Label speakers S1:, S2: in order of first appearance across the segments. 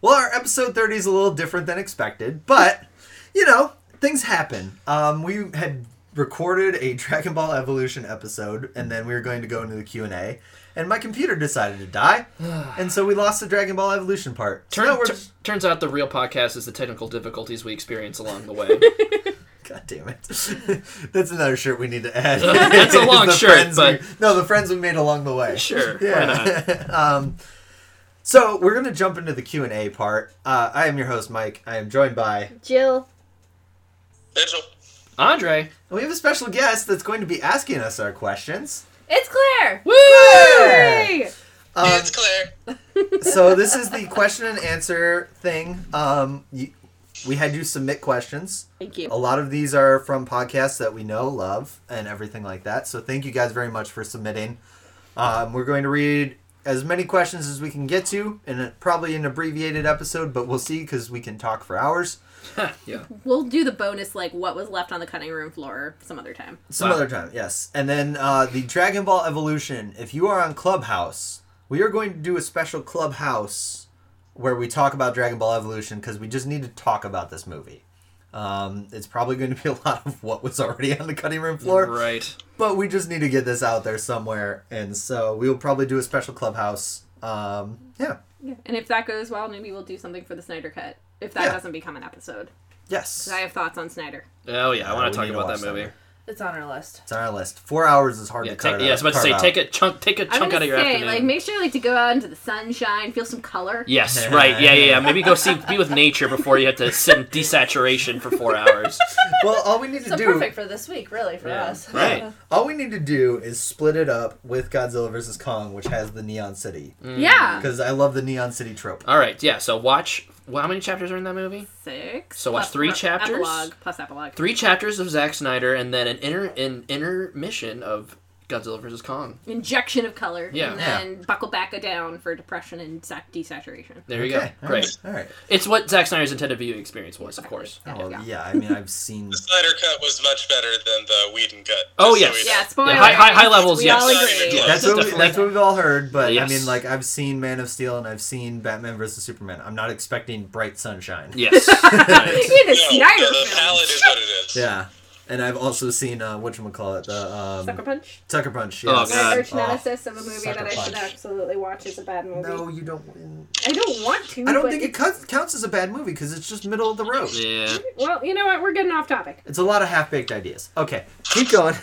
S1: Well, our episode 30 is a little different than expected, but, you know, things happen. Um, we had recorded a Dragon Ball Evolution episode, and then we were going to go into the Q&A, and my computer decided to die, and so we lost the Dragon Ball Evolution part. So
S2: Turn,
S1: now we're
S2: tur-
S1: just-
S2: turns out the real podcast is the technical difficulties we experience along the way.
S1: God damn it. That's another shirt we need to add.
S2: That's a long
S1: The
S2: shirt,
S1: friends
S2: but-
S1: we- no, the friends we made along the way.
S2: Sure, why
S1: Yeah. um, so we're going to jump into the Q&A part. Uh, I am your host, Mike. I am joined by...
S3: Jill.
S4: There's a
S2: Andre,
S1: And we have a special guest that's going to be asking us our questions.
S3: It's Claire!
S2: woo!
S3: Hey!
S1: Um,
S4: it's Claire.
S1: so this is the question and answer thing. Um, you, we had you submit questions.
S3: Thank you.
S1: A lot of these are from podcasts that we know, love, and everything like that. So thank you guys very much for submitting. Um, we're going to read as many questions as we can get to, and probably an abbreviated episode, but we'll see because we can talk for hours
S2: yeah,
S3: We'll do the bonus, like what was left on the cutting room floor, some other time.
S1: some
S2: Wow.
S1: other time. Yes, and then uh, the Dragon Ball Evolution. If you are on Clubhouse, we are going to do a special Clubhouse where we talk about Dragon Ball Evolution because we just need to talk about this movie. Um, it's probably going to be a lot of what was already on the cutting room floor,
S2: right.
S1: but we just need to get this out there somewhere, and so we will probably do a special Clubhouse. Um, yeah.
S3: Yeah. And if that goes well, maybe we'll do something for the Snyder Cut. If that
S1: Yeah.
S3: doesn't become an episode.
S1: Yes.
S3: 'Cause I have thoughts on Snyder.
S2: Oh yeah, I
S1: Uh,
S2: want
S1: we
S2: to talk
S1: need to
S2: about that
S1: watch that
S2: movie.
S1: one.
S5: It's on our list.
S1: It's on our list. Four hours is hard
S2: Yeah,
S1: to cut.
S2: take, yeah, I was about to
S1: carve
S2: say,
S1: out.
S2: take a chunk, take a
S3: I'm
S2: chunk
S3: gonna
S2: out of your
S3: say,
S2: afternoon.
S3: like, make sure like to go out into the sunshine, feel some color.
S2: Yes, right. Yeah, yeah, yeah. Maybe go see be with nature before you have to sit in desaturation for four hours.
S1: Well, all we need to
S5: So
S1: do.
S5: perfect for this week, really, for
S2: Yeah.
S5: us.
S2: Right.
S1: All we need to do is split it up with Godzilla vs. Kong, which has the Neon City.
S2: Mm.
S3: Yeah.
S1: Because I love the Neon City trope.
S2: All right. Yeah. So watch. Well, how many chapters are in that movie?
S3: Six.
S2: So watch
S3: plus
S2: three
S3: ep-
S2: chapters?
S3: Epilogue plus epilogue.
S2: Three chapters of Zack Snyder, and then an inner an intermission of Godzilla vs Kong.
S3: Injection of color.
S2: Yeah.
S3: And then buckle back down for depression and sac- desaturation.
S2: There you
S1: Okay,
S2: go. Great.
S1: All right.
S2: It's what Zack Snyder's intended viewing experience was, of course.
S3: There
S1: Well,
S3: you go.
S1: yeah, I mean, I've seen.
S4: The Snyder cut was much better than the Whedon cut.
S2: Oh,
S4: just so
S2: yes.
S4: we know.
S3: Yeah, spoiler.
S2: high- high- high levels,
S3: We
S2: yes.
S3: all agree.
S4: Yeah.
S1: That's what, we,
S2: Definitely.
S1: that's what we've all heard, but
S2: Yes.
S1: I mean, like, I've seen Man of Steel and I've seen Batman vs. Superman. I'm not expecting bright sunshine.
S2: Yes. Right.
S3: In a
S4: No,
S3: Snyder
S4: the, the
S3: film.
S4: palette is what it is.
S1: Yeah. And I've also seen, uh, whatchamacallit, the. Um,
S3: Sucker Punch.
S1: Sucker Punch.
S2: Oh,
S1: Yes.
S2: God.
S3: My arch nemesis of a movie
S1: Sucker
S3: that I should
S1: Punch.
S3: absolutely watch is a bad
S1: Oh,
S3: movie.
S1: no, you don't. win.
S3: I don't want to.
S1: I don't
S3: but
S1: think it counts, counts as a bad movie because it's just middle of the road.
S2: Yeah.
S3: Well, you know what? We're getting off topic.
S1: It's a lot of half baked ideas. Okay, keep going.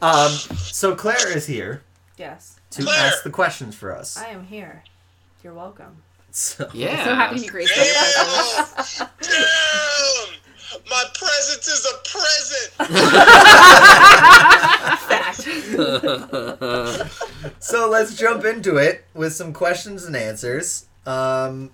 S1: Um, so Claire is here
S5: Yes.
S1: to
S4: Claire!
S1: ask the questions for us.
S5: I am here. You're welcome.
S1: So,
S2: Yeah.
S3: So happy to be graced. by your presence.
S4: Damn! Damn! My presence is a present!
S5: Fact.
S1: so let's jump into it with some questions and answers. Um,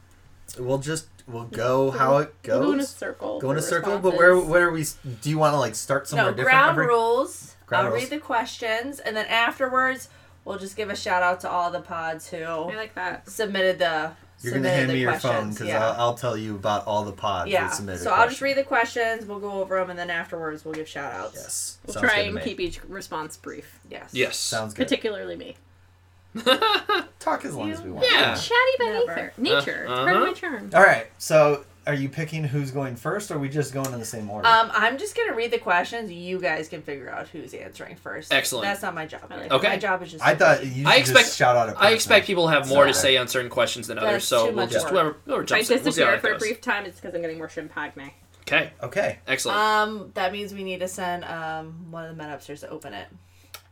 S1: we'll just we'll go how it
S3: We'll Go in a
S1: goes.
S3: circle.
S1: Go in a
S3: for
S1: circle, but where
S3: responses.
S1: where are we? s- Do you want to like start somewhere
S5: no,
S1: different?
S5: ground
S1: every-
S5: rules.
S1: Ground
S5: I'll
S1: rules.
S5: read the questions, and then afterwards, we'll just give a shout out to all the pods who
S3: I like that.
S5: submitted the.
S1: You're gonna
S5: submitted
S1: hand
S5: the
S1: me your phone
S5: questions.
S1: because
S5: yeah.
S1: I'll, I'll tell you about all the pods
S5: yeah.
S1: that submitted.
S5: So I'll just read the questions. We'll go over them, and then afterwards, we'll give shout outs.
S1: Yes,
S3: We'll
S1: sounds
S3: try
S1: good to
S3: and
S1: me.
S3: keep each response brief.
S5: Yes.
S2: Yes.
S1: Sounds good.
S3: Particularly me.
S1: Talk as long as we want.
S2: Yeah.
S3: Chatty by nature.
S5: Never.
S3: Nature.
S2: Uh,
S3: It's part of
S2: uh-huh.
S3: my charm.
S1: All right. So are you picking who's going first, or are we just going in the same order?
S5: Um, I'm just gonna read the questions. You guys can figure out who's answering first.
S2: Excellent.
S5: That's not my job.
S3: I like
S2: Okay.
S5: My job is just.
S1: I
S5: to
S1: thought
S5: read.
S1: you
S2: I
S1: should
S2: expect-
S1: just shout out. A
S2: I
S1: person.
S2: expect people have more to
S1: Sorry.
S2: say on certain questions than
S5: That's
S2: others, so
S5: too
S2: we'll
S5: much
S2: just
S5: work.
S2: whoever whoever
S3: If I
S2: jumps in, we'll see how
S3: disappear
S2: it
S3: for a
S2: goes.
S3: brief time, it's because I'm getting more Shinpagne.
S2: Okay.
S1: Okay.
S2: Excellent.
S3: Uh,
S5: Um, that means we need to send um one of the men upstairs to open it.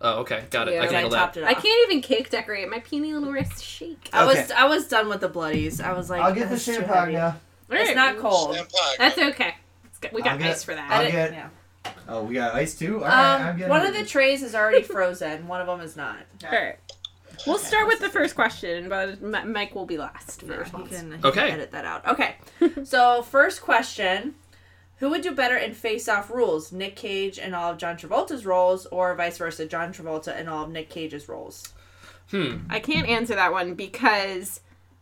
S2: oh, okay. Got it. I
S3: Yeah.
S2: can
S5: And I
S2: handle
S5: topped
S2: that.
S5: it off.
S3: I can't even cake decorate. My peony little wrists shake.
S5: I
S1: Okay.
S5: was I was done with the bloodies. I was like,
S1: I'll get the
S5: "That's too
S1: champagne
S5: heavy."
S1: now.
S5: It's not cold.
S4: Empire.
S3: That's okay. It's good. We
S1: I'll
S3: got
S1: get-
S3: ice for that.
S1: I'll
S5: I
S1: get-
S5: didn't- yeah.
S1: Oh, we got ice too. All right, I'm
S5: Um,
S1: getting
S5: one
S1: it.
S5: of the trays is already frozen. One of them is not.
S3: All right. We'll start with the first question, but Mi- Mike will be last for
S5: Yeah, he
S3: response.
S5: can, he can
S2: Okay.
S5: edit that out. Okay. so first question: Who would do better in Face Off rules? Nick Cage and all of John Travolta's roles, or vice versa, John Travolta and all of Nick Cage's roles?
S3: I can't answer that one because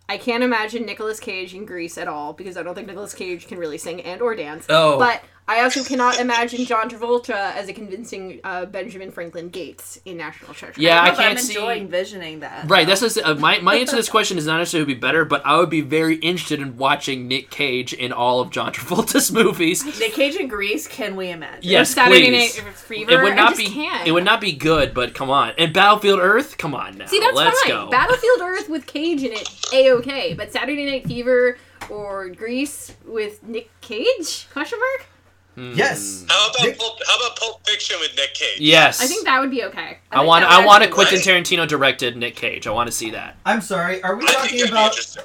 S3: I can't imagine Nicolas Cage in Greece at all because I don't think Nicolas Cage can really sing and or dance.
S2: Oh.
S3: But I also cannot imagine John Travolta as a convincing uh, Benjamin Franklin Gates in National Treasure.
S2: Yeah, I
S5: but I'm
S2: can't see.
S5: enjoying visioning that.
S2: Right, that's just, uh, my my answer to this question is not necessarily who'd be better, but I would be very interested in watching Nick Cage in all of John Travolta's movies.
S5: Nick Cage in Grease, can we imagine?
S2: Yeah. Yes,
S3: Saturday
S2: please.
S3: Night Fever.
S2: It would
S3: I
S2: not
S3: just
S2: be
S3: Can't.
S2: it would not be good, but come on. And Battlefield Earth, come on now.
S3: See, that's
S2: Let's
S3: fine.
S2: go.
S3: Battlefield Earth with Cage in it, a okay. But Saturday Night Fever or Grease with Nick Cage? Question mark.
S1: Mm. Yes.
S4: How about
S1: Nick-
S4: Pulp, how about Pulp Fiction with Nick Cage?
S2: yes,
S3: I think that would be okay.
S2: I
S5: think
S2: want
S5: that would
S2: I want a
S5: be
S2: Quentin
S4: right.
S2: Tarantino directed Nick Cage. I want to see that.
S1: I'm sorry. Are we
S4: I think
S1: talking
S4: that'd be
S1: about
S4: interesting.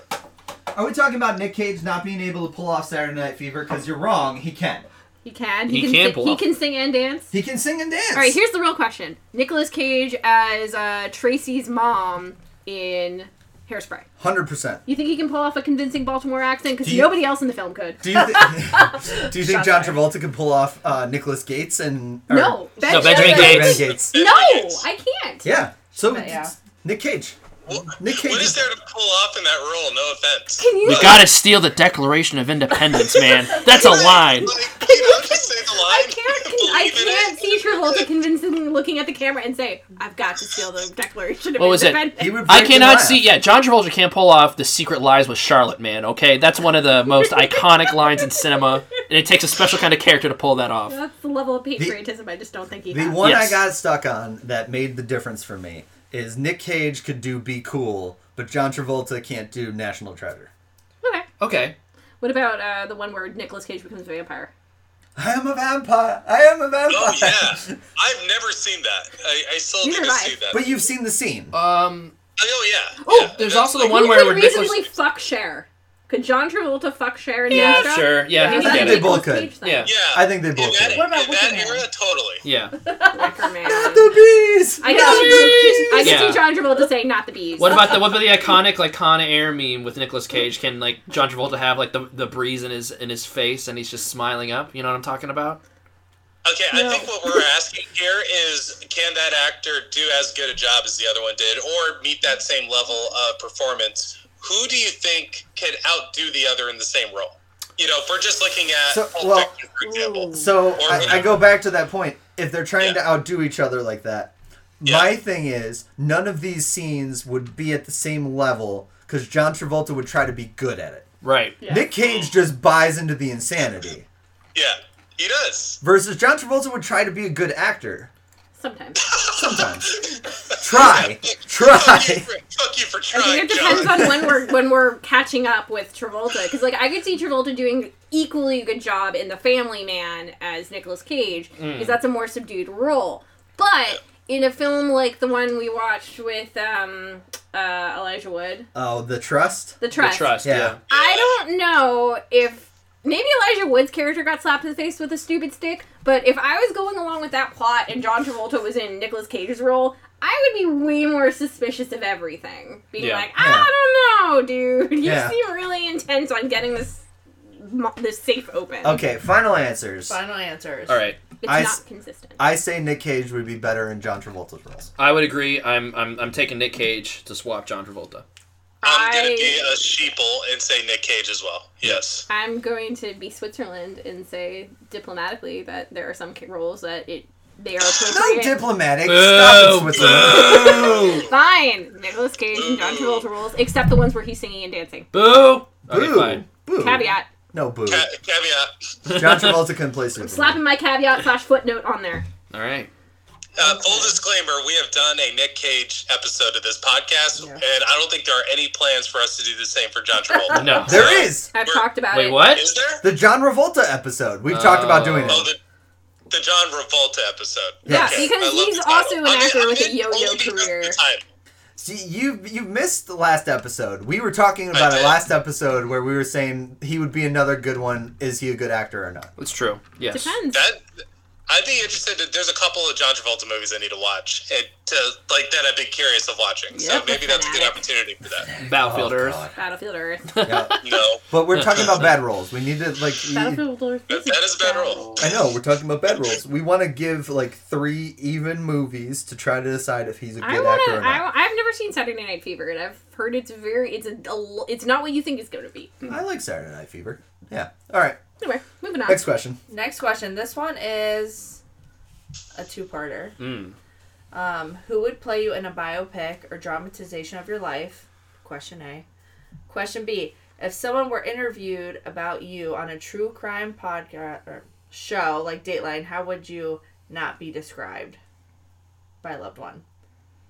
S1: are we talking about Nick Cage not being able to pull off Saturday Night Fever? Because you're wrong. He can.
S3: He can.
S2: He
S3: He, can.
S2: can
S3: sing,
S2: pull
S3: he
S2: off-
S3: can sing and dance.
S1: He can sing and dance.
S3: All right. Here's the real question: Nicolas Cage as uh, Tracy's mom in Hairspray.
S1: hundred percent.
S3: You think he can pull off a convincing Baltimore accent? Because
S1: Do you-
S3: nobody else in the film could.
S1: Do you, thi- do you think
S5: Shots
S1: John
S5: fired.
S1: Travolta could pull off uh, Nicholas Gates and or-
S3: No,
S2: No, Benjamin
S1: Benjamin
S2: Gates.
S1: Gates?
S3: No, I can't.
S1: Yeah. So
S5: But
S1: it's
S5: yeah.
S1: Nick Cage.
S4: What,
S1: Nick Cage
S4: what
S1: is-
S4: is there to pull off in that role? No offense.
S3: Can you?
S2: You gotta steal the Declaration of Independence, man. That's a line.
S4: Like, you know, just say the
S3: I
S4: line.
S3: can't.
S4: Believe
S3: I
S4: in
S3: can't
S4: it.
S3: see Travolta convincingly looking at the camera and say, "I've got to steal the Declaration of
S2: What was it?
S3: Independence."
S1: He would
S2: I
S1: break the
S2: cannot
S1: laugh.
S2: see. Yeah, John Travolta can't pull off the secret lies with Charlotte, man. Okay, that's one of the most iconic lines in cinema, and it takes a special kind of character to pull that off.
S3: That's the level of patriotism I just don't think he
S1: The
S3: has.
S1: one
S2: Yes.
S1: I got stuck on that made the difference for me is Nick Cage could do Be Cool, but John Travolta can't do National Treasure.
S3: okay.
S2: Okay,
S3: What about uh, the one where Nicolas Cage becomes a vampire?
S1: I am a vampire. I am a vampire.
S4: Oh yeah, I've never seen that. I, I still
S3: Neither
S4: need to
S3: have I.
S4: see that.
S1: But you've seen the scene.
S2: um,
S4: oh yeah.
S2: Oh,
S4: yeah,
S2: there's
S4: that's
S2: also the
S4: like-
S2: one
S3: Who
S2: where
S3: could
S2: when Nicolas-
S3: reasonably fuck Cher? Could John Travolta fuck Cher in
S2: Yeah,
S3: Moscow?
S2: sure. Yeah,
S3: Maybe
S2: he
S1: I think
S2: did
S3: that's
S1: they
S2: it.
S1: both
S3: Nicolas
S1: could.
S3: Cage, then.
S2: Yeah.
S4: Yeah,
S1: I think they
S4: in
S1: both
S4: that,
S1: did.
S5: What about
S4: in that
S5: Wicked Man?
S4: era? Totally.
S2: Yeah.
S3: Wickerman.
S1: Not the bees.
S3: I
S1: Not
S3: can, I can
S2: Yeah.
S3: see John Travolta saying not the bees.
S2: What about the what about the iconic like Con Air meme with Nicolas Cage? Can like John Travolta have like the, the breeze in his in his face and he's just smiling up? You know what I'm talking about?
S4: Okay, I think what we're asking here is can that actor do as good a job as the other one did or meet that same level of performance? Who do you think can outdo the other in the same role? You know, if we're just looking at
S1: So-
S4: Pulp
S1: well-
S4: Fiction, for example.
S1: So
S4: Or
S1: I, I
S4: whatever.
S1: go back to that point. If they're trying to
S4: Yeah.
S1: outdo each other like that,
S4: Yeah.
S1: my thing is none of these scenes would be at the same level because John Travolta would try to be good at it.
S2: Right.
S3: Yeah.
S1: Nick Cage just buys into the insanity.
S4: Yeah, he does.
S1: Versus John Travolta would try to be a good actor
S3: Sometimes.
S1: sometimes. try, try.
S4: Fuck you for, fuck you for
S3: I think
S4: trying,
S3: it depends
S4: John.
S3: on when we're when we're catching up with Travolta, because like I could see Travolta doing equally good job in The Family Man as Nicolas Cage, because
S2: Mm.
S3: that's a more subdued role. But in a film like the one we watched with um, uh, Elijah Wood,
S1: Oh, the trust.
S3: The Trust,
S2: The trust. Yeah.
S1: Yeah.
S3: I don't know if maybe Elijah Wood's character got slapped in the face with a stupid stick, but if I was going along with that plot and John Travolta was in Nicolas Cage's role, I would be way more suspicious of everything. Being
S2: Yeah.
S3: like,
S1: Yeah.
S3: I don't know, dude. You
S1: Yeah.
S3: seem really intent on getting this mo- this safe open.
S1: Okay, final answers.
S5: Final answers.
S2: All right.
S3: It's
S1: I
S3: not
S1: s-
S3: consistent.
S1: I say Nick Cage would be better in John Travolta's roles.
S2: I would agree. I'm I'm I'm taking Nick Cage to swap John Travolta.
S4: I'm going
S3: I-
S4: to be a sheeple and say Nick Cage as well. Yes.
S3: I'm going to be Switzerland and say diplomatically that there are some ca- roles that it they are
S1: No
S3: appropriate.
S1: diplomatic. Stop it,
S2: Boo,
S1: Switzerland.
S3: Fine, Nicolas Cage and John Travolta roles, except the ones where he's singing and dancing.
S2: Boo. Okay,
S1: Boo.
S2: fine.
S1: Boo.
S3: Caveat.
S1: No boo.
S4: Ca- caveat.
S1: John Travolta couldn't play Superman.
S3: Slapping my caveat slash footnote on there.
S2: All right.
S4: Uh, full disclaimer: We have done a Nick Cage episode of this podcast,
S5: Yeah.
S4: and I don't think there are any plans for us to do the same for John Travolta.
S2: No.
S1: There is
S3: I've
S4: Where-
S3: talked about
S2: Wait,
S3: it.
S2: what?
S4: Is there?
S1: the John Travolta episode. We've talked about doing
S4: Oh,
S1: it.
S4: the, the John Revolta episode.
S1: Yeah,
S3: because
S4: I love
S3: he's
S4: the
S3: also
S4: title.
S3: an
S4: I'm in-
S3: actor
S4: I'm
S3: with a
S4: in
S3: yo-yo
S4: only because of
S3: career.
S4: the title.
S1: See, you you missed the last episode. We were talking about it
S4: did.
S1: last episode where we were saying he would be another good one. Is he a good actor or not?
S2: It's true. Yes.
S3: Depends.
S4: That I'd be interested. To, there's a couple of John Travolta movies I need to watch, and to like that I've been curious of watching. So
S3: Yep,
S4: maybe
S3: that's
S4: that's a good
S3: fanatic.
S4: opportunity for that.
S2: Battlefield
S1: Oh,
S2: Earth.
S1: God.
S3: Battlefield Earth.
S1: Yeah.
S4: No,
S1: But we're talking about bad roles. We need to like. you-
S3: Battlefield Earth.
S4: That- that is a bad role.
S1: I know we're talking about bed rolls. We want to give like three even movies to try to decide if he's a good
S3: I
S1: actor or
S3: wanna.
S1: not.
S3: I, I've never seen Saturday Night Fever, and I've heard it's very. It's a. a l- It's not what you think it's going to be.
S1: I, like Saturday Night Fever. Yeah. All right.
S3: Anyway, moving on.
S1: Next question.
S5: Next question. This one is a two-parter.
S2: Mm.
S5: Um, who would play you in a biopic or dramatization of your life? Question A. Question B. If someone were interviewed about you on a true crime podcast or show like Dateline, how would you not be described by a loved one?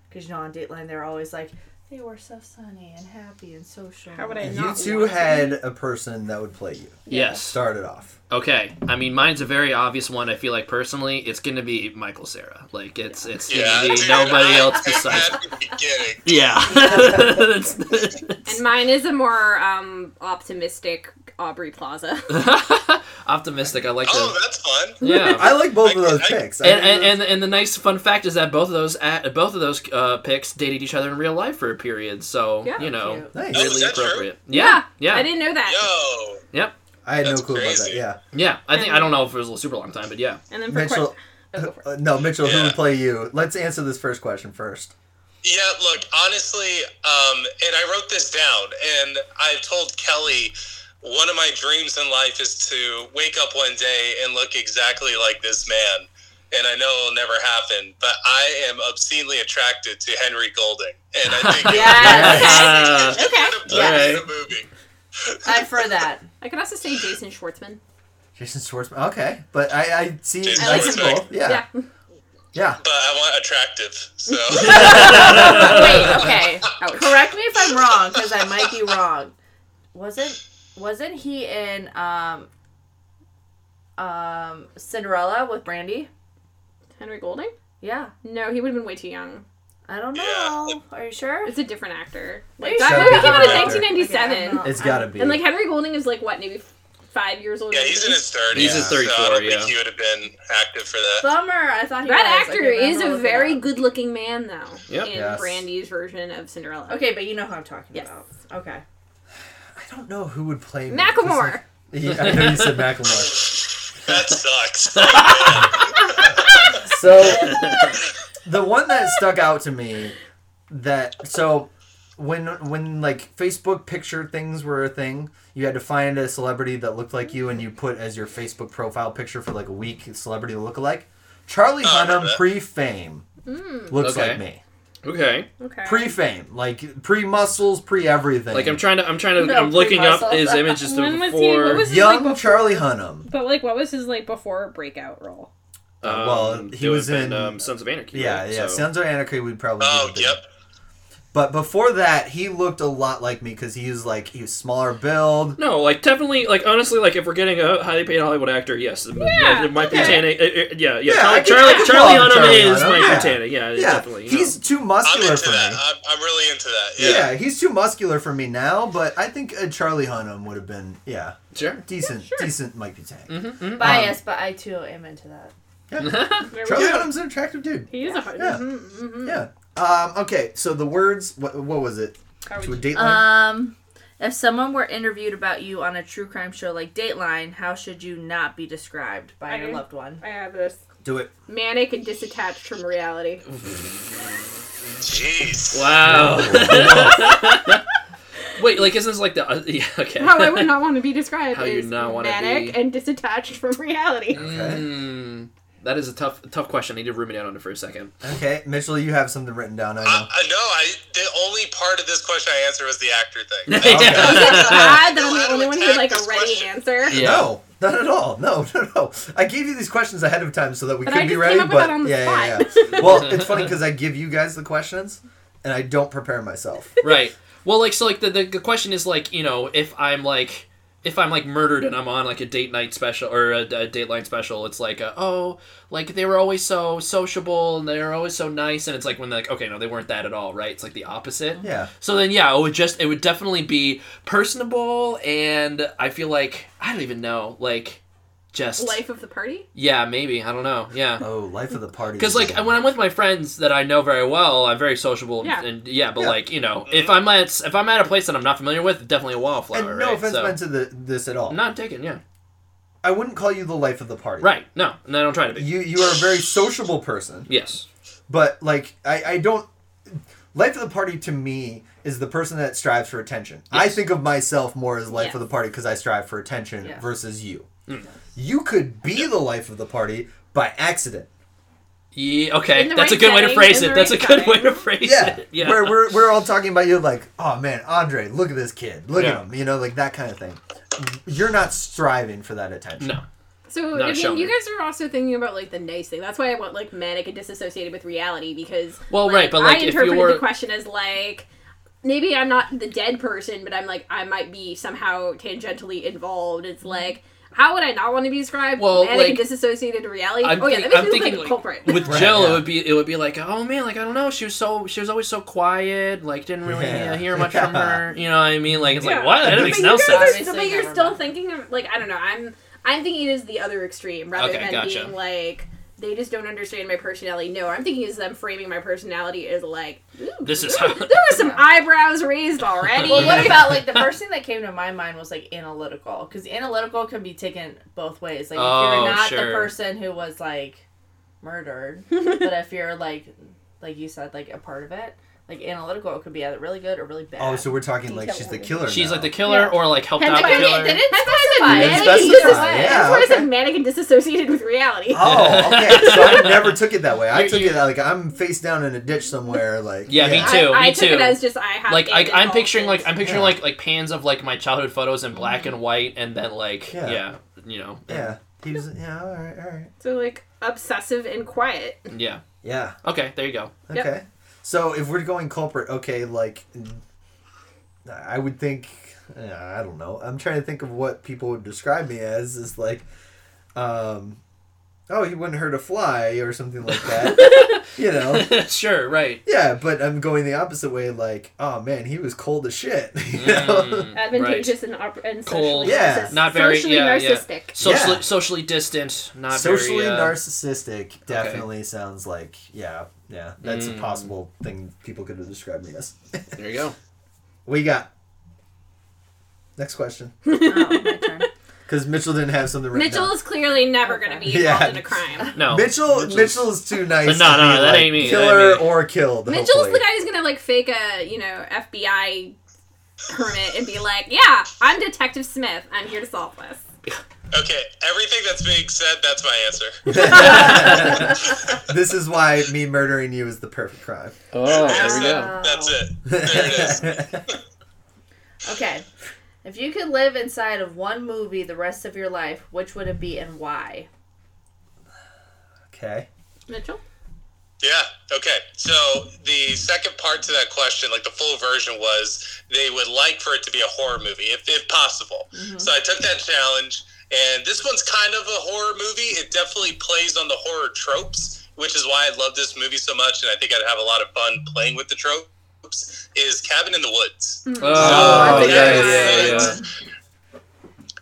S5: Because you know on Dateline they're always like they were so sunny and happy and social.
S3: How would I-
S1: You
S3: Not
S1: two
S3: one.
S1: had a person that would play you.
S2: Yes.
S1: Start it off.
S2: Okay. I mean, mine's a very obvious one. I feel like personally, it's gonna be Michael Sarah. Like it's it's
S4: Yeah,
S2: gonna be
S4: dude,
S2: nobody
S4: I
S2: else
S4: said
S2: besides.
S4: that at the beginning.
S2: Yeah.
S3: And mine is a more um, optimistic Aubrey Plaza.
S2: Optimistic. I like
S4: Oh,
S2: to.
S4: that's fun.
S2: Yeah.
S1: I like both of those
S4: Uh, I-
S1: picks. I
S2: and,
S1: think
S2: and, and and the nice fun fact is that both of those at, both of those uh, picks dated each other in real life for a period, so
S3: Yeah.
S2: you know,
S5: Cute.
S1: that's
S4: Oh,
S1: nice.
S4: is
S2: really
S4: that true?
S2: appropriate. Yeah, yeah,
S3: I didn't know that.
S4: Yo,
S2: yep,
S1: I had no
S4: That's
S1: clue about
S4: crazy.
S1: that. Yeah.
S2: yeah. I think I don't know if it was a super long time, but yeah,
S3: And then for
S1: Mitchell.
S3: question, oh, go for it.
S1: Uh, no, Mitchell, who
S4: Yeah.
S1: would play you? Let's answer this first question first.
S4: Yeah, look, honestly, um, and I wrote this down, and I told Kelly one of my dreams in life is to wake up one day and look exactly like this man. And I know it'll never happen, but I am obscenely attracted to Henry Golding, and I think
S2: Uh,
S3: Yes.
S4: it
S3: Okay.
S4: would play in
S2: Okay.
S4: a movie.
S5: I'm for that.
S3: I could also say Jason Schwartzman.
S1: Jason Schwartzman. Okay, but I, I see.
S4: Jason
S1: I see
S4: Schwartzman.
S1: both. Yeah.
S3: yeah.
S1: Yeah.
S4: But I want attractive, so
S5: Wait, okay.
S3: Ouch.
S5: Correct me if I'm wrong, because I might be wrong. Wasn't wasn't he in um um Cinderella with Brandy?
S3: Henry Golding?
S5: Yeah.
S3: No, he would have been way too young.
S5: I don't know. Are you sure?
S3: It's a different actor.
S5: Are you
S3: Like,
S1: sure?
S3: that movie came out in
S1: Okay, I don't
S5: know.
S3: 1997.
S1: It's gotta be.
S3: And like Henry Golding is like what, maybe five years older.
S4: yeah,
S3: than
S4: he's
S3: me?
S4: in his thirties.
S2: He's in
S4: So I
S2: 34,
S4: don't
S2: yeah.
S4: think he would have been active for that.
S5: Bummer. I thought he
S3: That
S5: was.
S3: actor
S5: Okay, but I'm
S3: is
S5: gonna
S3: a
S5: look it
S3: very
S5: up.
S3: good-looking man, though.
S2: Yep.
S3: In
S1: Yes.
S3: Brandy's version of Cinderella.
S5: Okay, but you know who I'm talking
S3: Yes.
S5: about. Okay.
S1: I don't know who would play me.
S3: Macklemore.
S1: Yeah, I know you said Macklemore.
S4: That sucks. Oh, man.
S1: So the one that stuck out to me that so when when like Facebook picture things were a thing, you had to find a celebrity that looked like you and you put as your Facebook profile picture for like a week celebrity lookalike. Charlie
S4: Oh, I remember
S1: Hunnam
S4: that.
S1: pre fame looks
S2: Okay.
S1: like me.
S2: okay.
S3: Okay.
S1: Pre fame, like pre muscles, pre everything.
S2: Like I'm trying to, I'm trying to,
S5: No,
S2: I'm looking
S5: pretty
S2: up
S5: muscle.
S2: his images to
S3: When was he-
S2: before.
S3: what was- This is like
S1: young
S3: before-
S1: Charlie Hunnam.
S3: but like, what was his like before breakout role?
S2: um,
S1: well, he
S2: it
S1: was
S2: would've been,
S1: in-
S2: um, Sons of Anarchy.
S1: Yeah,
S2: right?
S1: yeah.
S2: So-
S1: Sons of Anarchy, we'd probably.
S4: Oh,
S1: do the
S4: yep.
S1: big- But before that, he looked a lot like me because he was like he was smaller build.
S2: No, like definitely, like honestly, like if we're getting a highly paid Hollywood actor, yes, yeah, it might be
S3: okay.
S2: Titanic. uh, uh, yeah, yeah,
S1: Yeah, I could-
S2: Charlie,
S1: I
S2: Charlie,
S1: could
S2: Charlie
S1: follow
S2: Hunnam
S1: Charlie
S2: is
S1: Hunnam,
S2: Mike
S1: yeah.
S2: Titanic. Yeah,
S1: Yeah,
S2: definitely. you
S1: he's
S2: know.
S1: too
S4: I'm
S1: muscular
S4: into
S1: for
S4: that.
S1: me.
S4: I'm, I'm really into that.
S1: Yeah.
S4: Yeah.
S1: he's too muscular for me now. But I think a Charlie Hunnam would have been yeah
S2: sure.
S1: decent, decent Mike Titanic.
S5: Bias, but I too am into that.
S3: There we
S1: Charlie
S3: go.
S1: Hunnam's an attractive dude.
S3: He is a mm-hmm,
S1: Yeah.
S3: hard.
S1: Yeah. Um, okay, so the words. What, what was it?
S3: Are we-
S1: To a dateline.
S5: Um, if someone were interviewed about you on a true crime show like Dateline, how should you not be described by
S3: I
S5: your
S3: do.
S5: loved one?
S3: I have this
S1: Do it.
S3: manic and disattached from reality.
S4: Jeez.
S2: Wow. Wait, like isn't this like the? Uh, yeah, okay.
S3: How I would not want to be described
S2: How you
S3: is
S2: not wanna
S3: manic
S2: be.
S3: and disattached from reality.
S2: Mm, that is a tough, tough question. I need to ruminate on it for a second.
S1: Okay, Mitchell, you have something written down. I know.
S4: I, I know. I the only part of this question I answered was the actor thing.
S3: Isn't it sad that I'm
S4: How
S3: the
S4: to
S3: only one who
S4: attack
S3: like a
S4: this
S3: ready
S4: question.
S3: answer?
S2: Yeah.
S1: No, not at all. No, no, no. I gave you these questions ahead of time so that we
S3: But
S1: could
S3: I
S1: be
S3: just
S1: ready.
S3: came up with
S1: but
S3: that on the
S1: yeah,
S3: spot.
S1: yeah, yeah. well, it's funny because I give you guys the questions and I don't prepare myself.
S2: right. Well, like so, like the, the the question is like you know if I'm like if I'm like murdered and I'm on like a date night special or a, a date line special, it's like uh oh like they were always so sociable and they were always so nice, and it's like when they're like okay no they weren't that at all, right? It's like the opposite.
S1: Yeah.
S2: So then yeah, it would just it would definitely be personable, and I feel like I don't even know like just
S3: Life of the party.
S2: yeah maybe I don't know yeah.
S1: Oh, life of the party.
S2: Because like when I'm with my friends that I know very well, I'm very sociable. and-
S3: Yeah.
S2: And yeah, but
S1: Yeah.
S2: like you know, if I'm at if I'm at a place that I'm not familiar with, definitely a wallflower.
S1: and no
S2: right?
S1: offense
S2: so,
S1: meant to the, this at all.
S2: not taken. Yeah.
S1: I wouldn't call you the life of the party.
S2: Right. No. No. I don't try to be.
S1: You you are a very sociable person,
S2: Yes.
S1: but like I I don't. Life of the party to me is the person that strives for attention. I think of myself more as life
S3: Yes.
S1: of the party because I strive for attention
S5: Yeah.
S1: versus you.
S2: Mm.
S1: You could be the life of the party by accident.
S2: Yeah, okay,
S3: In the
S2: that's a
S3: right
S2: good way to
S3: setting,
S2: phrase
S3: in
S2: it.
S3: the
S2: That's a
S3: right
S2: good way to
S3: setting.
S2: phrase
S1: Yeah.
S2: it. Yeah.
S1: Where we're, we're all talking about you like, oh man, Andre, look at this kid. Look
S2: Yeah.
S1: at him. You know, like that kind of thing. You're not striving for that attention.
S2: no.
S3: So
S2: Not
S3: I mean,
S2: shown.
S3: you guys are also thinking about like the nice thing. That's why I want like manic and disassociated with reality because
S2: Well, right, but like
S3: I
S2: if
S3: interpreted
S2: you're
S3: the question as like maybe I'm not the dead person, but I'm like I might be somehow tangentially involved. It's like how would I not want to be described?
S2: Well,
S3: manic
S2: like,
S3: and disassociated with reality.
S2: I'm,
S3: oh yeah,
S2: think-
S3: that makes
S2: I'm
S3: me look
S2: thinking
S3: like a
S2: like,
S3: culprit.
S2: with
S1: Right,
S2: Jill, it
S1: yeah.
S2: would be it would be like, oh man, like I don't know, she was so she was always so quiet, like didn't really
S1: Yeah.
S2: uh, hear much from her. You know what I mean? Like it's
S3: Yeah.
S2: like what? That
S1: But
S2: makes
S3: but
S2: no
S3: you guys
S2: sense.
S3: are, but
S5: Obviously,
S3: you're
S5: never
S3: still
S5: mind.
S3: thinking of like I don't know. I'm I'm thinking it is the other extreme rather
S2: Okay,
S3: than
S2: gotcha.
S3: being like. They just don't understand my personality. No, I'm thinking is them framing my personality as like "Ooh,
S2: This is
S3: there,
S2: how-
S3: there were some eyebrows raised already.
S5: Well, what about like the first thing that came to my mind was like analytical because analytical can be taken both ways. Like if
S2: Oh,
S5: you're not
S2: sure.
S5: the person who was like murdered, but if you're like like you said like a part of it, like analytical could be either really good or really bad.
S1: Oh, so we're talking like she's the killer.
S2: She's
S1: now.
S2: like the killer
S5: Yeah.
S2: or like helped
S5: And
S2: out
S5: they
S2: the
S5: didn't-
S2: killer.
S5: they didn't
S3: That's why
S5: specify.
S3: I
S1: They
S3: said
S1: didn't
S3: manic.
S1: specify,
S3: and dis-
S1: yeah,
S3: That's why I
S1: okay.
S3: said manic and disassociated with reality.
S1: Oh, okay. So I never took it that way. I
S2: You-
S1: took
S2: you-
S1: it like I'm face down in a ditch somewhere. Like
S2: Yeah, me too.
S3: I, I
S2: me
S3: took
S2: too.
S3: it as just I have
S2: Like I,
S3: been
S2: I'm picturing
S3: involved
S2: like I'm picturing
S1: Yeah.
S2: like like pans of like my childhood photos in black
S3: Mm-hmm.
S2: and white, and then like
S1: Yeah.
S2: yeah, you know,
S1: Yeah. He was. Yeah. All right. All right.
S3: in- so like obsessive and quiet.
S2: yeah.
S1: Yeah.
S2: Okay, there you go.
S1: Okay.
S3: Yep.
S1: So if we're going culprit, okay, like I would think. yeah, I don't know. I'm trying to think of what people would describe me as. Is like, um, oh, he wouldn't hurt a fly or something like that. you know.
S2: sure, right.
S1: Yeah, but I'm going the opposite way. Like, oh man, he was cold as shit. you know?
S2: Mm, right.
S3: Advantageous and, op- and socially
S2: Cold.
S1: Yeah.
S3: narciss-
S2: Not very-
S3: socially
S2: yeah, yeah.
S3: narcissistic.
S2: Socially,
S1: Yeah.
S2: socially distant, not
S1: Socially
S2: very, uh,
S1: narcissistic definitely sounds like yeah, yeah. That's a
S2: Mm.
S1: possible thing people could have described me as.
S2: There you go.
S1: we got next question
S5: Oh, my turn.
S1: because Mitchell didn't have something written.
S3: Mitchell
S1: down.
S3: is clearly never going to be
S1: Yeah.
S3: involved in a crime.
S2: No,
S1: Mitchell
S2: Mitchell's-
S1: Mitchell's too nice.
S2: But
S1: to
S2: no, no,
S1: be,
S2: that
S1: like,
S2: ain't me, that
S1: Killer
S2: ain't me.
S1: or killed.
S3: Mitchell's the
S1: hopefully.
S3: guy who's going to like fake a you know FBI permit and be like, "Yeah, I'm Detective Smith. I'm here to solve this."
S4: Okay, everything that's being said, that's my answer.
S1: this is why me murdering you is the perfect crime.
S2: Oh,
S4: That's,
S5: we go.
S4: it. that's it. There it is.
S5: Okay. If you could live inside of one movie the rest of your life, which would it be and why?
S1: okay.
S3: Mitchell.
S4: Yeah. Okay. So the second part to that question, like the full version, was they would like for it to be a horror movie, if, if possible.
S5: Mm-hmm.
S4: So I took that challenge, and this one's kind of a horror movie. It definitely plays on the horror tropes, which is why I love this movie so much, and I think I'd have a lot of fun playing with the tropes. Is Cabin in the Woods.
S2: Oh,
S1: Oh,
S2: yeah,
S1: yeah,
S2: yeah,
S4: yeah.
S2: yeah.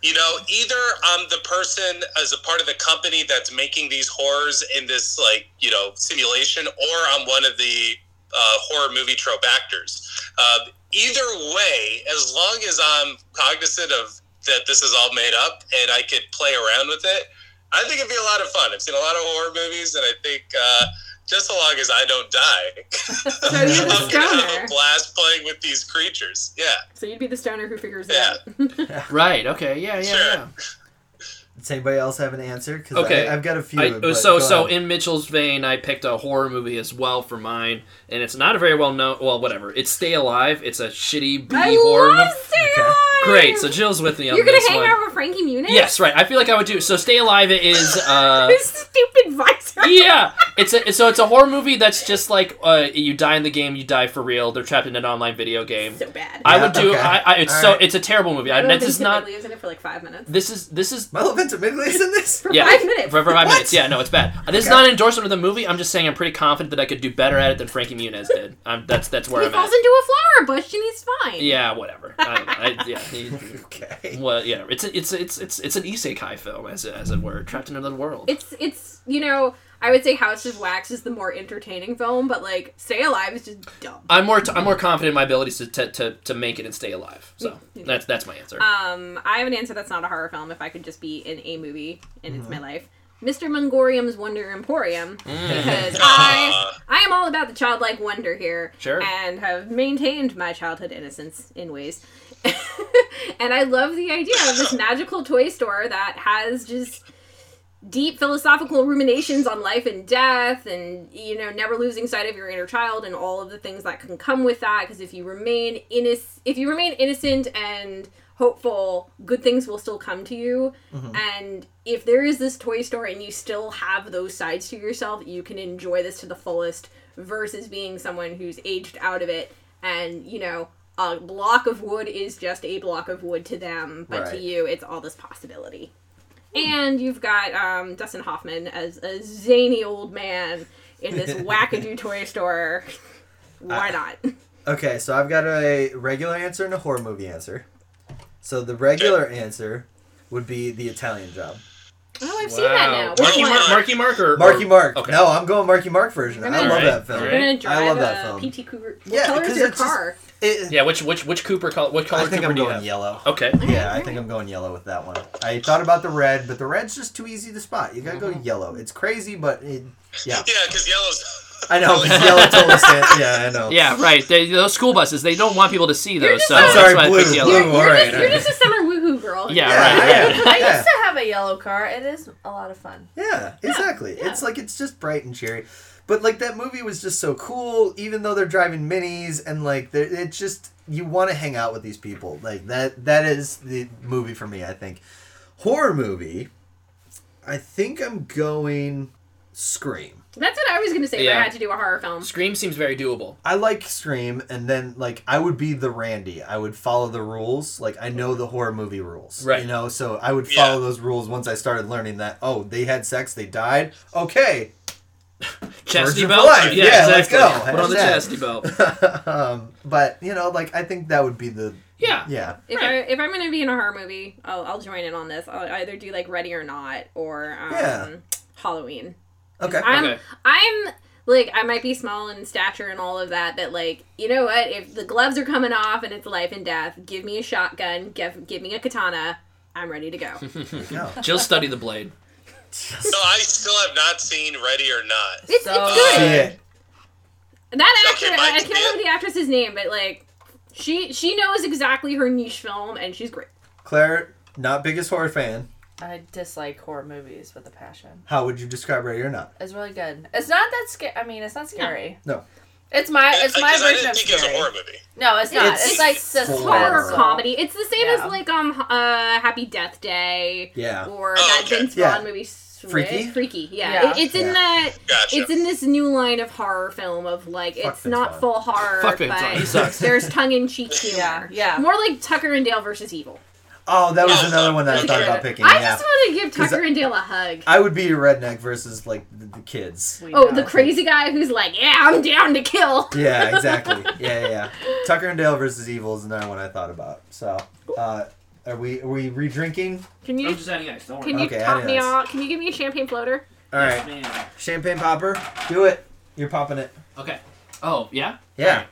S4: you know either i'm the person as a part of the company that's making these horrors in this like you know simulation or i'm one of the uh, horror movie trope actors uh, either way as long as i'm cognizant of that this is all made up and i could play around with it i think it'd be a lot of fun i've seen a lot of horror movies and i think uh, just so long as i don't die
S3: So you're the
S4: i'm gonna have
S3: stoner.
S4: a blast playing with these creatures yeah
S3: So you'd be the stoner who figures it
S4: Yeah.
S3: out.
S2: Right. Okay. Yeah. Yeah.
S4: Sure.
S2: Yeah.
S1: Does anybody else have an answer? 'Cause
S2: Okay.
S1: I, have got a few.
S2: I, uh,
S1: but
S2: so
S1: go
S2: so
S1: ahead.
S2: in Mitchell's vein, I picked a horror movie as well for mine, and it's not a very well known. Well, whatever. It's Stay Alive. It's a shitty B
S3: I
S2: horror.
S3: love
S2: mov-
S3: Stay
S1: Okay.
S3: Alive.
S2: Great. So Jill's with me on
S3: you're gonna
S2: this
S3: hang
S2: one.
S3: out with Frankie Muniz.
S2: Yes, right. I feel like I would do. So Stay Alive is. Uh,
S3: This stupid visor.
S2: yeah, it's a, so it's a horror movie that's just like uh, you die in the game, you die for real. They're trapped in an online video game.
S3: So bad.
S2: I
S1: Yeah,
S2: would do.
S1: okay.
S2: I, I, it's
S1: All
S2: so
S1: right.
S2: it's a terrible movie. I,
S3: I've
S2: this is not.
S3: in it for like five minutes.
S2: This is this is
S1: Milo Ventimiglia is in this.
S3: For
S2: yeah,
S3: five minutes.
S2: For, for five
S1: What?
S2: minutes. Yeah, no, it's bad. Uh, This is
S1: Okay.
S2: not an endorsement of the movie. I'm just saying I'm pretty confident that I could do better at it than Frankie Muniz did. Um, that's that's where
S3: he
S2: I'm
S3: falls
S2: at.
S3: into a flower bush and he's fine.
S2: Yeah, whatever. I, I, yeah, he-
S1: Okay.
S2: well, yeah. It's a, it's a, it's it's it's an isekai film, as it, as it were, trapped in another world.
S3: It's it's you know I would say House of Wax is the more entertaining film, but like Stay Alive is just dumb.
S2: I'm more t- I'm more confident in my abilities to, to, to, to make it and stay alive. So
S3: Yeah. Uh,
S2: that's that's my answer. Mm-hmm.
S3: Um, I have an answer that's not a horror film. If I could just be in a movie and it's my life, Mr. Mongorium's Wonder Emporium
S2: Mm.
S3: because I
S4: Aw.
S3: I am all about the childlike wonder here
S2: Sure.
S3: and have maintained my childhood innocence in ways. and I love the idea of this magical toy store that has just deep philosophical ruminations on life and death and you know never losing sight of your inner child and all of the things that can come with that because if you remain innoc- if you remain innocent and hopeful good things will still come to you and if there is this toy store and you still have those sides to yourself you can enjoy this to the fullest versus being someone who's aged out of it and you know a block of wood is just a block of wood to them but to
S1: Right.
S3: you it's all this possibility and you've got um, Dustin Hoffman as a zany old man in this wackadoo toy store. Why not?
S1: Okay, so I've got a regular answer and a horror movie answer. So the regular answer would be the Italian job.
S3: Oh, I've seen that now.
S2: Marky
S3: Which
S4: Marky
S3: one?
S2: Mark, Marky Mark, or
S1: Marky
S2: or-
S1: Mark.
S2: Okay.
S1: No, I'm going Marky Mark version. I
S3: Alright.
S1: love that film.
S3: We're
S2: Alright.
S3: gonna drive
S1: I love
S3: a
S1: that film.
S3: PT Cougar. What
S1: Yeah,
S3: color is
S1: because
S3: your
S1: it's just-
S3: car?
S1: It,
S2: Yeah, which which which Cooper color? What color
S1: I think
S2: Cooper
S1: I'm
S2: do you
S1: going
S2: have?
S1: yellow.
S2: Okay.
S1: Yeah, I think I'm going yellow with that one. I thought about the red, but the red's just too easy to spot. You gotta
S3: Mm-hmm.
S1: go yellow. It's crazy, but it, yeah,
S4: Yeah, because yellow's.
S1: I know. 'cause yellow totally stands. Yeah, I know.
S2: Yeah, right. They, those school buses, they don't want people to see
S3: You're
S2: those.
S3: just
S2: So
S3: a-
S1: I'm
S2: that's
S1: sorry,
S2: why I
S1: blue,
S2: picked
S1: blue,
S2: yellow.
S3: You're, you're
S1: alright.
S3: just, you're just a summer woohoo girl.
S2: Yeah,
S1: Yeah,
S2: right.
S1: yeah.
S5: I
S1: Yeah.
S5: used to have a yellow car. It is a lot of fun.
S1: Yeah, exactly. It's like it's just bright and cheery. But like that movie was just so cool, even though they're driving minis and like they're- it just you want to hang out with these people. Like that that is the movie for me. I think horror movie. I think I'm going Scream.
S3: That's what I was gonna say. If
S2: Yeah.
S3: I had to do a horror film.
S2: Scream seems very doable.
S1: I like Scream, and then like I would be the Randy. I would follow the rules. Like I know the horror movie rules,
S2: Right.
S1: You know, so I would
S4: Yeah.
S1: follow those rules once I started learning that. Oh, they had sex, they died. Okay,
S2: Chastity
S1: for
S2: belt?
S1: life. Yeah, let's
S2: exactly.
S1: go.
S2: Put on the
S1: Hashtag.
S2: chastity belt.
S1: um, but you know, like I think that would be the
S2: Yeah.
S1: yeah.
S3: If
S2: Right.
S3: I if I'm gonna be in a horror movie, I'll, I'll join in on this. I'll either do like Ready or Not or um,
S1: Yeah.
S3: Halloween.
S1: Okay.
S3: I'm
S2: Okay.
S3: I'm like I might be small in stature and all of that, but like you know what? If the gloves are coming off and it's life and death, give me a shotgun, give give me a katana. I'm ready to go.
S1: No.
S2: Jill study the blade.
S4: So I still have not seen Ready or Not.
S3: It's,
S5: So-
S3: it's good.
S1: Yeah.
S3: That
S4: Okay,
S3: actress,
S4: Mike,
S3: I can't
S4: yeah.
S3: remember the actress's name, but like she she knows exactly her niche film and she's great.
S1: Claire, not biggest horror fan.
S5: I dislike horror movies with a passion.
S1: How would you describe Ready or Not?
S5: It's really good. It's not that scary. I mean, it's not scary.
S1: No.
S5: It's my it's my
S4: Because I
S5: version
S4: didn't
S5: of
S4: think it was a
S5: scary.
S4: horror movie.
S5: No, it's not.
S1: It's
S5: It's, like
S1: horror.
S5: suspense.
S3: Horror
S1: So-
S3: comedy. It's the same
S5: Yeah.
S3: as like um uh Happy Death Day
S1: Yeah.
S3: or
S4: Oh,
S3: that
S4: okay.
S3: Vince
S1: Yeah.
S3: Vaughn movie. Switch.
S1: Freaky?
S3: Freaky. Yeah.
S5: Yeah.
S3: It- it's
S1: Yeah.
S3: in that
S4: Gotcha.
S3: It's in this new line of horror film of like
S1: Fuck
S3: it's
S1: Vince
S3: not
S1: Vaughn.
S3: full horror,
S2: Fuck Vince Vaughn, he
S3: but
S2: sucks.
S3: there's tongue in cheek humor.
S5: Yeah, yeah.
S3: More like Tucker and Dale versus Evil.
S1: Oh, that was another one that I
S4: Okay.
S1: thought about picking.
S3: I
S1: Yeah.
S3: just want to give
S1: 'Cause
S3: Tucker and Dale a hug.
S1: I would be a redneck versus like the, the kids.
S5: We
S3: oh,
S5: know.
S3: the crazy guy who's like, yeah, I'm down to kill.
S1: Yeah, exactly. Yeah, yeah, yeah. Tucker and Dale versus Evil is another one I thought about. So, uh, are we are we redrinking?
S3: Can you
S2: adding ice. Don't
S3: can you
S1: Okay, I
S3: top
S1: know
S3: me
S1: this.
S3: off? Can you give me a champagne floater?
S1: All right, champagne popper, do it. You're popping it.
S2: Okay. Oh yeah.
S1: Yeah,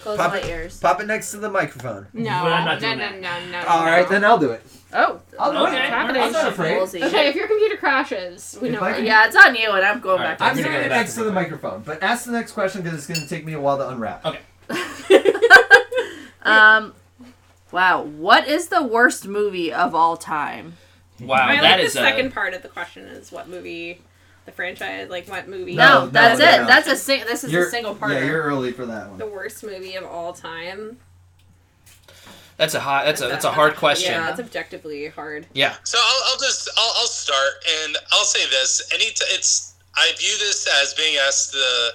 S5: Close
S1: Pop
S5: my
S1: it.
S5: ears.
S1: pop it next to the microphone.
S3: No,
S2: Well, I'm not
S3: no,
S2: doing
S3: no,
S2: that.
S3: no, no, no.
S1: All right, then I'll do it.
S5: Oh,
S1: I'll do
S2: Okay.
S1: it.
S3: happening.
S1: I'm not afraid.
S5: Ballsy.
S3: Okay, if your computer crashes, we
S1: If
S3: know.
S1: I
S3: where
S1: can-
S3: you-
S5: Yeah, it's on you, and I'm going
S2: Alright,
S5: back.
S1: I'm
S2: I'm
S1: doing
S2: gonna
S1: it
S2: go back
S1: next
S2: to
S1: to the
S2: the
S1: microphone, but ask the next question because it's going to take me a while to unwrap.
S2: Okay.
S5: Um, wow. What is the worst movie of all time?
S2: Wow.
S3: I
S2: that
S3: like the
S2: is a-
S3: second part of the question is what movie, the franchise, like what movie?
S1: No,
S5: No,
S1: no,
S5: that's
S1: no,
S5: it.
S1: no.
S5: That's a sing- This is
S1: You're-
S5: a single
S1: Yeah, you're
S5: partner.
S1: early for that
S3: the
S1: one.
S3: worst movie of all time.
S2: That's a hot. That's a that's a hard question.
S3: Yeah,
S2: Yeah.
S3: that's objectively hard.
S4: So I'll, I'll just I'll, I'll start and I'll say this. Any t- it's I view this as being asked the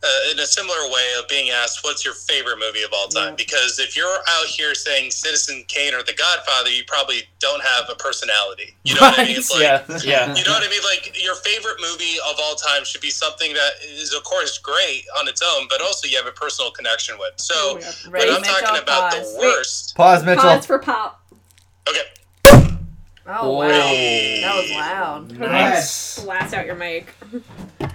S4: uh, in a similar way of being asked what's your favorite movie of all time
S5: Yeah.
S4: because if you're out here saying Citizen Kane or The Godfather, you probably don't have a personality. You know what I mean? It's like,
S2: yeah. Yeah.
S4: You know what I mean? Like your favorite movie of all time should be something that is, of course, great on its own, but also you have a personal connection with.
S5: Oh,
S4: So when
S5: Ready,
S4: I'm
S5: Mitchell?
S4: talking about
S5: Pause.
S4: the
S5: Wait.
S4: worst,
S1: Pause, Mitchell.
S3: Pause for pop.
S4: okay.
S5: Oh wow,
S2: Wait.
S5: that was loud.
S1: Nice.
S3: Blast out your mic.
S1: That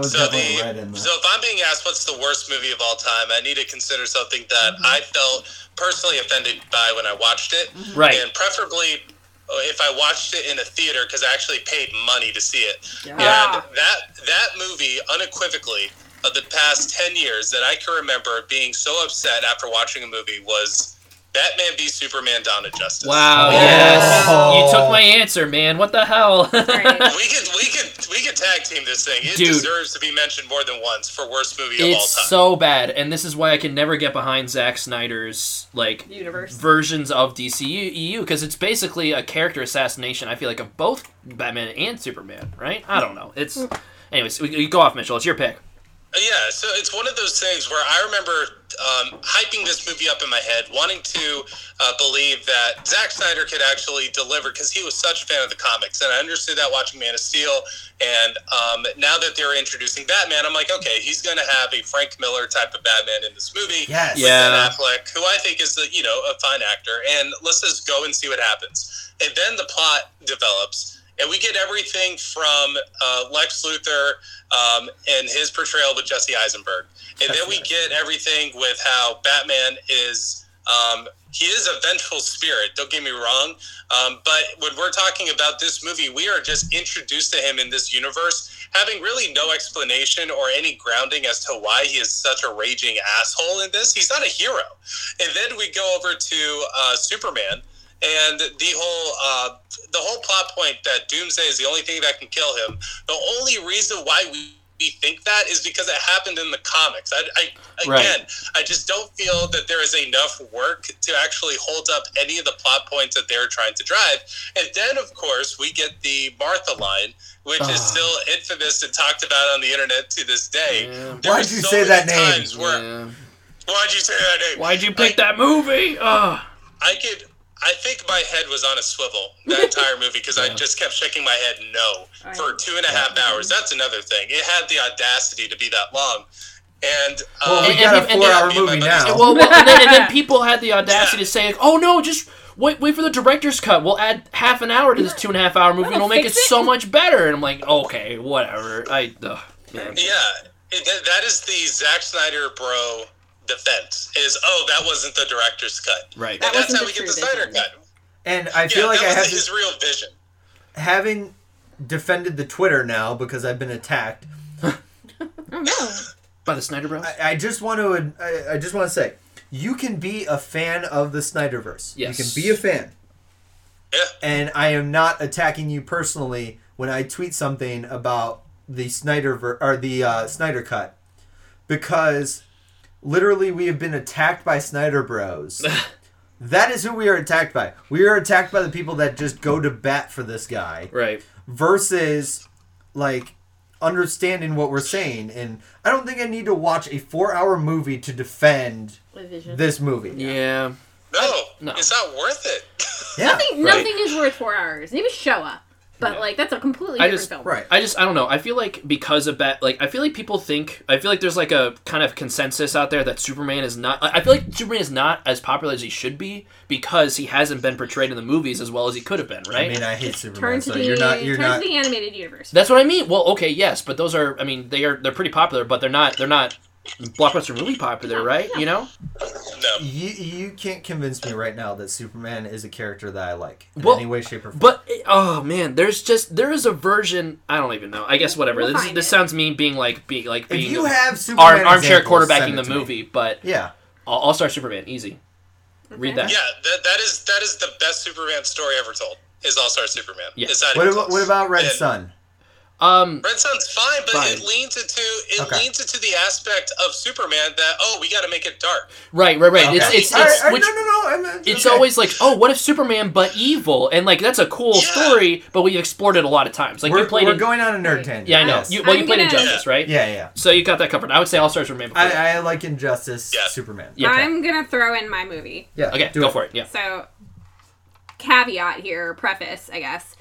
S1: was
S4: So
S1: definitely
S4: the
S1: red in there.
S4: so if I'm being asked what's the worst movie of all time, I need to consider
S5: Mm-hmm. Mm-hmm.
S4: something that I felt personally offended by when I watched it,
S2: Right.
S4: and preferably uh, if I watched it in a theater because I actually paid money to see it.
S5: Yeah.
S3: Ah.
S4: And that that movie unequivocally of the past ten years that I can remember being so upset after watching a movie was Batman v Superman: Dawn of Justice.
S2: Wow.
S1: Oh.
S2: Yes.
S1: Oh.
S2: You took my answer, man. What the hell?
S3: Right.
S4: We could we could we could tag team this thing. It
S2: Dude.
S4: deserves to be mentioned more than once for worst movie of all
S2: it's
S4: time.
S2: so bad, and this is why I can never get behind Zack Snyder's like
S3: Universe.
S2: versions of DCU because it's basically a character assassination. I feel like of both Batman and Superman, right? I don't know. It's anyways. We, you go off, Mitchell. It's your pick.
S4: Yeah, so it's one of those things where I remember um, hyping this movie up in my head, wanting to uh, believe that Zack Snyder could actually deliver because he was such a fan of the comics. And I understood that watching Man of Steel. And um, now that they're introducing Batman, I'm like, okay, he's going to have a Frank Miller type of Batman in this movie.
S1: Yes.
S2: Yeah.
S4: Ben Affleck, who I think is the, you know a fine actor, and let's just go and see what happens. And then the plot develops, and we get everything from uh, Lex Luthor um, and his portrayal with Jesse Eisenberg, and then we get everything with how Batman is. Um, he is a vengeful spirit. Don't get me wrong, um, but when we're talking about this movie, we are just introduced to him in this universe, having really no explanation or any grounding as to why he is such a raging asshole in this. He's not a hero. And then we go over to uh, Superman. And the whole uh, the whole plot point that Doomsday is the only thing that can kill him. The only reason why we, we think that is because it happened in the comics. I, I again,
S2: Right.
S4: I just don't feel that there is enough work to actually hold up any of the plot points that they're trying to drive. And then, of course, we get the Martha line, which is
S2: Ah.
S4: still infamous and talked about on the internet to this day.
S2: Yeah.
S4: There
S1: Why'd
S4: were
S1: you say that
S4: many
S1: name?
S4: times where-
S2: Yeah.
S4: Why'd you say that name?
S2: Why'd you pick that movie? Ugh.
S4: I could. I think my head was on a swivel that entire movie because I
S2: Yeah.
S4: just kept shaking my head no
S5: I-
S4: for two and a half hours. That's another thing. It had the audacity to be that long, Uh, and um,
S1: Well, we
S2: And-
S1: got
S2: and-
S1: a
S2: and-
S1: four-hour
S4: and- and-
S1: movie now.
S2: well, well and, then, and then people had the audacity to say, like, "Oh no, just wait, wait for the director's cut. We'll add half an hour to this two and a half hour movie, and we'll make it,
S3: fix it."
S2: so much better." And I'm like, "Okay, whatever." I ugh, man.
S4: Yeah, it, that, that is the Zack Snyder bro defense. Is oh that wasn't the director's cut.
S2: right.
S3: That
S4: and that's
S3: wasn't
S4: how
S3: the
S4: we get the
S3: true
S4: Snyder
S3: vision.
S4: cut.
S1: and I
S4: Yeah,
S1: feel like
S4: that
S1: I have
S4: was
S1: to
S4: his real vision.
S1: having defended the Twitter now because I've been attacked.
S3: Oh no.
S2: By the Snyder Bros.
S1: I, I just want to. I, I just want to say, you can be a fan of the Snyderverse.
S2: Yes.
S1: You can be a fan,
S4: Yeah,
S1: and I am not attacking you personally when I tweet something about the Snyder or the uh, Snyder cut, because literally we have been attacked by Snyder Bros. that is who we are attacked by. We are attacked by the people that just go to bat for this guy
S2: right.
S1: versus like understanding what we're saying and i don't think i need to watch a four hour movie to defend
S5: Vision.
S1: this movie
S2: Yeah.
S4: no,
S2: no.
S4: it's not worth it.
S1: yeah
S3: Nothing,
S2: Right.
S3: nothing is worth four hours. Maybe show up. But like that's a completely
S2: I
S3: different
S2: just-
S3: film.
S1: right
S2: I just I don't know. I feel like because of Bat, like I feel like people think I feel like there's like a kind of consensus out there that Superman is not. I I feel like Superman is not as popular as he should be because he hasn't been portrayed in the movies as well as he could have been.
S1: i
S2: Right.
S1: mean i hate superman
S3: Turn to
S1: so
S3: the
S1: you're not you're
S3: turn
S1: not
S3: to the animated universe.
S2: That's what I mean. Well, okay, yes, but those are. I mean, they are. They're pretty popular, but they're not. They're not blockbuster movie popular, right? You know.
S4: No,
S1: you, you can't convince me right now that superman is a character that i like in
S2: Well,
S1: any way shape or form
S2: But oh man, there's just there is a version. I don't even know. I guess whatever.
S3: We'll
S2: this
S3: find
S2: this
S3: it.
S2: sounds mean being like being like
S1: if
S2: being
S1: you have
S2: arm,
S1: superman
S2: armchair
S1: examples,
S2: quarterbacking
S1: send it
S2: the
S1: to me.
S2: movie, but
S1: yeah
S2: All Star Superman, easy. Read that.
S4: yeah, that, that is that is the best Superman story ever told. Is All Star Superman?
S2: Yeah.
S4: It's not
S1: what
S4: even
S1: about,
S4: close.
S1: what about red
S4: And-
S1: sun
S2: Um,
S4: Red Sun's fine, but
S2: Fine.
S4: it leans into it
S1: Okay.
S4: leans into the aspect of Superman that oh we got to make it dark.
S2: right, right, right. It's
S1: Okay.
S2: it's,
S1: All right,
S2: it's
S1: all right,
S2: which
S1: no no no I'm,
S2: it's
S1: okay.
S2: always like, oh, what if Superman but evil? And like that's a cool
S4: Yeah.
S2: story, but we've explored it a lot of times. Like
S1: we're,
S2: you played
S1: we're
S2: in,
S1: going on a nerd tangent
S2: yeah, I know.
S1: yes.
S2: You, well, you
S3: I'm
S2: played
S3: gonna-
S2: Injustice, right?
S1: yeah yeah
S2: So you got that covered. I would say All Stars Superman. Before.
S1: I, I like Injustice,
S4: Yeah.
S1: Superman.
S2: Yeah. okay.
S3: I'm gonna throw in my movie.
S1: Yeah.
S2: okay,
S1: do
S2: go for it. Yeah.
S3: So, caveat here, preface, I guess.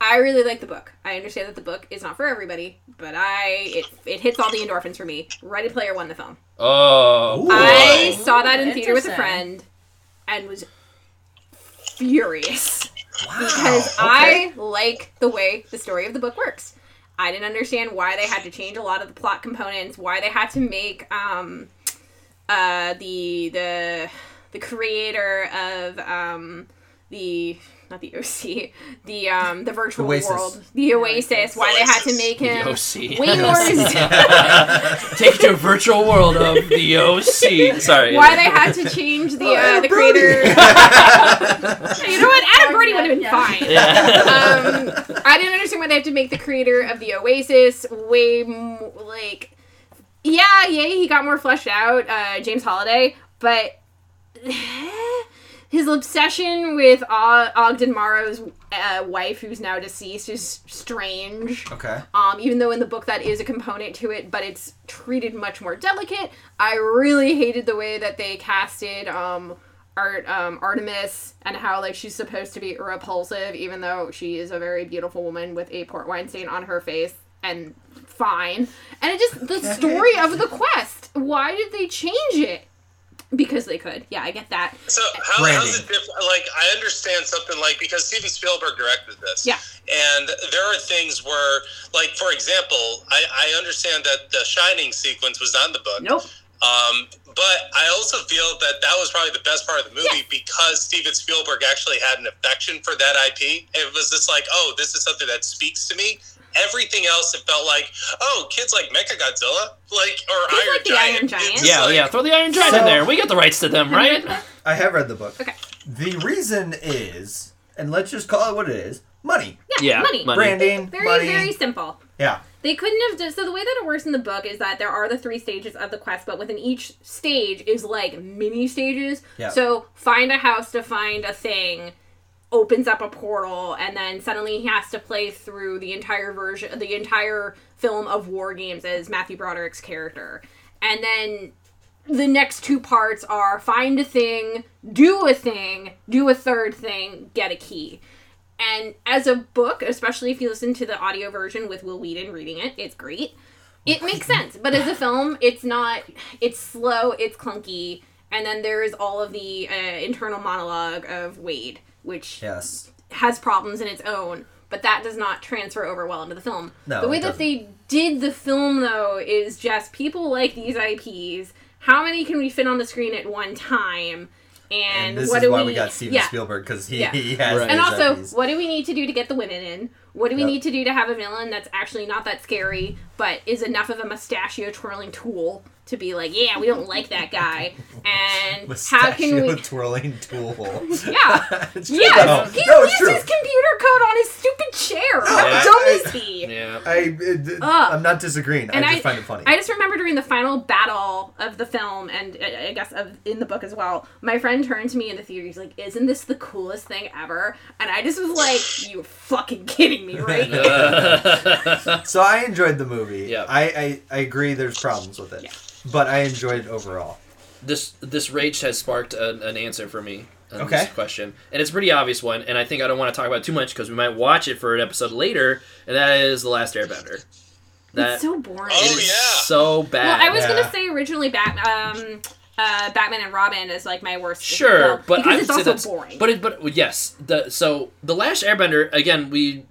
S3: I really like the book. I understand that the book is not for everybody, but I it, it hits all the endorphins for me. Ready Player One, the film.
S2: Oh.
S1: Ooh.
S3: I
S4: Whoa.
S3: saw that in theater with a
S5: Interesting.
S3: friend, and was furious because
S1: Because
S3: I like the way the story of the book works. I didn't understand why they had to change a lot of the plot components, why they had to make um, uh, the the the creator of um, the not the OC, the um the virtual
S1: Oasis.
S3: world, the Oasis. Why they had to
S4: Oasis.
S3: make
S2: The
S3: him
S2: OC.
S3: way more.
S2: Take to a virtual world of the OC. Sorry.
S3: why they had to change the uh, the creator. you know what? Adam Brody would have been
S5: Yeah.
S3: fine.
S2: Yeah.
S3: um, I didn't understand why they have to make the creator of the Oasis way m- like, yeah, yay, he got more fleshed out, uh, James Holiday, but his obsession with Og- Ogden Morrow's uh, wife, who's now deceased, is strange.
S1: Okay.
S3: Um, even though in the book that is a component to it, but it's treated much more delicate. I really hated the way that they casted um, Art um, Artemis and how like she's supposed to be repulsive, even though she is a very beautiful woman with a port wine stain on her face and fine. And it just the story of the quest. Why did they change it? Because they could. Yeah, I get that.
S4: So how,
S1: Branding.
S4: how's it different? Like I understand something like because Steven Spielberg directed this.
S3: Yeah.
S4: And there are things where, like for example, I, I understand that the Shining sequence was not in the book.
S3: Nope.
S4: Um, but I also feel that that was probably the best part of the movie because Steven Spielberg actually had an affection for that IP. It was just like, oh, this is something that speaks to me. Everything else, it felt like, oh, kids like Mechagodzilla, like or
S3: Kids
S4: Iron
S3: like the
S4: Giant.
S3: Iron
S4: It's
S3: Giant.
S4: just
S2: Yeah,
S4: like-
S2: yeah. Throw the Iron Giant in
S1: So-
S2: there. We got the rights to them, right?
S1: I have read the book.
S3: Okay.
S1: The reason is, and let's just call it what it is, money.
S2: Yeah,
S3: money.
S2: money.
S1: Branding,
S3: Very,
S1: money.
S3: very simple.
S1: yeah.
S3: They couldn't have just so the way that it works in the book is that there are the three stages of the quest, but within each stage is like mini stages.
S1: Yeah.
S3: So find a house to find a thing opens up a portal and then suddenly he has to play through the entire version the entire film of war games as Matthew Broderick's character. And then the next two parts are find a thing, do a thing, do a third thing, get a key. And as a book, especially if you listen to the audio version with Will Wheaton reading it, it's great. It makes sense. But as a film, it's not, it's slow, it's clunky. And then there is all of the uh, internal monologue of Wade, which
S1: Yes.
S3: has problems in its own, but that does not transfer over well into the film.
S1: No,
S3: the way
S1: it
S3: that
S1: doesn't.
S3: they did the film though is just people like these IPs. How many can we fit on the screen at one time? And,
S1: And this
S3: what
S1: is
S3: do
S1: why
S3: we,
S1: we, got Steven
S3: yeah.
S1: Spielberg because he,
S3: Yeah.
S1: he has.
S2: Right.
S3: And
S1: these
S3: also,
S1: IPs.
S3: what do we need to do to get the women in? What do we
S1: Yep.
S3: need to do to have a villain that's actually not that scary, but is enough of a mustachio twirling tool to be like, yeah, we don't like that guy. And how can
S1: Mustachio
S3: we?
S1: twirling tool?
S3: Yeah.
S1: It's true,
S3: Yes,
S1: though.
S3: he
S2: Oh.
S1: no, it's
S3: leaves
S1: true.
S3: his computer code on his stupid chair. How
S2: Yeah.
S3: dumb
S1: I-
S3: is he?
S2: Yeah.
S1: I, it, it-
S3: Ugh.
S1: I'm not disagreeing. I
S3: And
S1: just
S3: I-
S1: find it funny.
S3: I just remember during the final battle of the film, and I I guess of, in the book as well, my friend turned to me in the theater. He's like, "Isn't this the coolest thing ever?" And I just was like, "You fucking kidding me, right?"
S1: so I enjoyed the movie.
S2: Yeah.
S1: I, I, I agree. There's problems with it,
S3: Yeah.
S1: but I enjoyed it overall.
S2: this this rage has sparked an, an answer for me on
S1: Okay.
S2: this question, and it's a pretty obvious one, and I think I don't want to talk about it too much because we might watch it for an episode later, and that is the Last Airbender. That
S3: it's so boring.
S4: Oh,
S2: it is
S4: yeah.
S2: so
S3: well,
S2: bad.
S3: I was
S1: Yeah.
S3: gonna say originally, Bat, um, uh, Batman and Robin is like my worst.
S2: Sure,
S3: film,
S2: but
S3: because
S2: I would
S3: it's
S2: say
S3: also
S2: that's-
S3: boring.
S2: But it, but yes, the so the Last Airbender again. We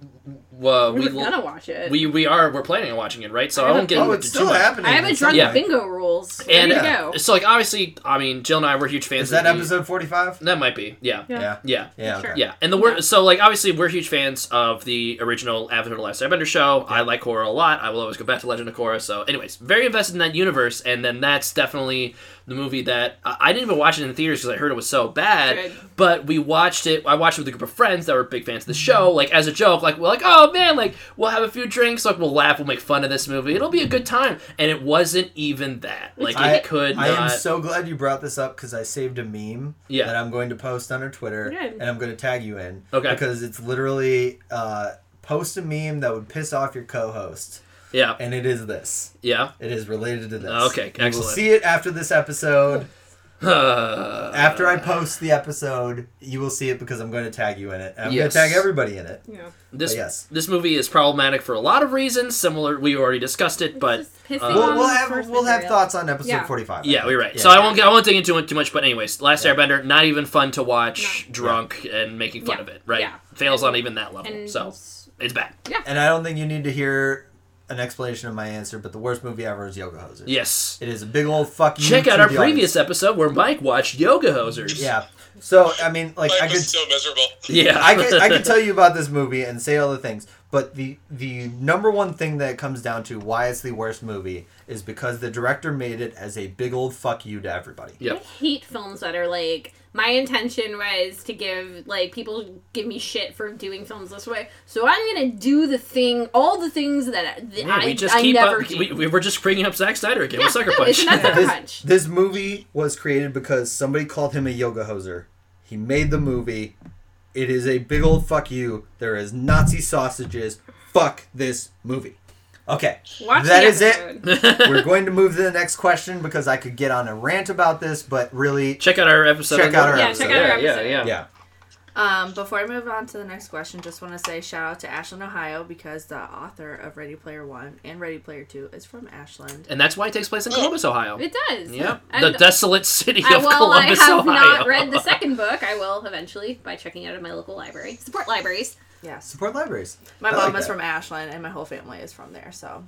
S2: uh,
S3: we
S2: we
S3: were gonna watch it.
S2: we we are we're planning on watching it, right? So
S3: I
S2: I,
S3: have
S2: won't
S3: a-
S2: get
S1: Oh,
S2: into
S1: it's
S2: too
S1: still
S2: much.
S1: happening.
S3: I have a
S1: It's
S3: drunk
S2: Yeah.
S3: bingo rules. There
S2: And
S3: you
S1: Yeah.
S3: go.
S2: so like obviously, I mean, Jill and I were huge fans.
S1: Is that
S2: of the-
S1: episode 45?
S2: That might be. Yeah.
S3: Yeah.
S1: Yeah.
S2: Yeah.
S1: Yeah.
S3: Sure.
S1: Okay.
S2: Yeah, and the word so like obviously we're huge fans of the original Avatar: The Last Airbender show. I like Korra a lot. I will always go back to Legend of Korra. So, anyways, very invested in that universe, and then that's definitely the movie that I, I didn't even watch it in theaters because I heard it was so bad.
S3: Good.
S2: But we watched it. I watched it with a group of friends that were big fans of the show.
S1: Mm-hmm.
S2: Like as a joke, like we're like, oh man, like we'll have a few drinks, like we'll laugh, we'll make fun of this movie. It'll be a good time, and it wasn't even that. Like
S1: I-
S2: it could
S1: I am
S2: not.
S1: so glad you brought this up because I saved a meme
S2: Yeah.
S1: that I'm going to post on our Twitter
S3: Good.
S1: and I'm going to tag you in.
S2: Okay.
S1: Because it's literally uh, post a meme that would piss off your co host.
S2: yeah,
S1: And it is this.
S2: yeah.
S1: It is related to this.
S2: Okay,
S1: You will
S2: excellent.
S1: see it after this episode. after I post the episode, you will see it because I'm going to tag you in it. I'm
S2: Yes.
S1: going to tag everybody in it.
S3: Yeah.
S2: This
S1: But yes.
S2: this movie is problematic for a lot of reasons. Similar, we already discussed it, but
S3: Just pissing
S2: uh,
S1: We'll, we'll
S3: on
S1: have
S3: source
S1: we'll have
S3: material.
S1: thoughts on episode
S3: Yeah.
S1: 45. I
S2: yeah,
S1: think.
S2: we're right.
S1: Yeah.
S2: So I won't I won't dig into it too much. But anyways, Last Airbender, not even fun to watch,
S3: No.
S2: drunk and making fun
S3: Yeah.
S2: of it. Right,
S3: Yeah.
S2: fails on even that level.
S3: And
S2: so it's bad.
S1: And I don't think you need to hear an explanation of my answer, but the worst movie ever is Yoga Hosers.
S2: Yes.
S1: It is a big old fuck. you
S2: Check out
S1: Mm, to
S2: our
S1: the
S2: previous
S1: audience.
S2: episode where Mike watched Yoga Hosers.
S1: Yeah. So I mean, like I
S4: Life
S1: could
S4: was so miserable.
S2: Yeah,
S1: I can I can tell you about this movie and say all the things, but the the number one thing that it comes down to why it's the worst movie is because the director made it as a big old fuck you to everybody.
S2: Yep.
S3: I hate films that are like my intention was to give like people give me shit for doing films this way, so I'm gonna do the thing, all the things that, that
S2: Yeah,
S3: I,
S2: we just
S3: I
S2: keep
S3: never
S2: up.
S3: do.
S2: We, we- we're just bringing up Zack Snyder again.
S3: Yeah,
S2: with Sucker
S3: no,
S2: Punch.
S3: it's not that-
S1: This
S3: Punch.
S1: this movie was created because somebody called him a yoga hoser. He made the movie. It is a big old fuck you. There is Nazi sausages. Fuck this movie. Okay,
S3: Watch
S1: that
S3: the
S1: is it.
S3: episode.
S1: We're going to move to the next question because I could get on a rant about this, but really,
S2: check out our episode.
S1: Check
S2: on
S1: out
S2: that.
S1: our
S2: yeah,
S1: Yeah, check
S3: episode. out our
S2: yeah,
S3: episode.
S2: yeah,
S1: yeah.
S5: Um, before I move on to the next question, just want to say shout out to Ashland, Ohio, because the author of Ready Player One and Ready Player Two is from Ashland.
S2: And that's why it takes place in Columbus, Ohio.
S3: It does.
S2: Yeah,
S3: And
S2: the desolate city
S3: I,
S2: of
S3: well,
S2: Columbus,
S3: I have
S2: Ohio.
S3: not read the second book. I will eventually by checking out of my local library. Support libraries.
S5: Yes,
S1: Support libraries.
S5: my
S1: I
S5: mom
S1: like
S5: is
S1: that.
S5: from Ashland, and my whole family is from there. So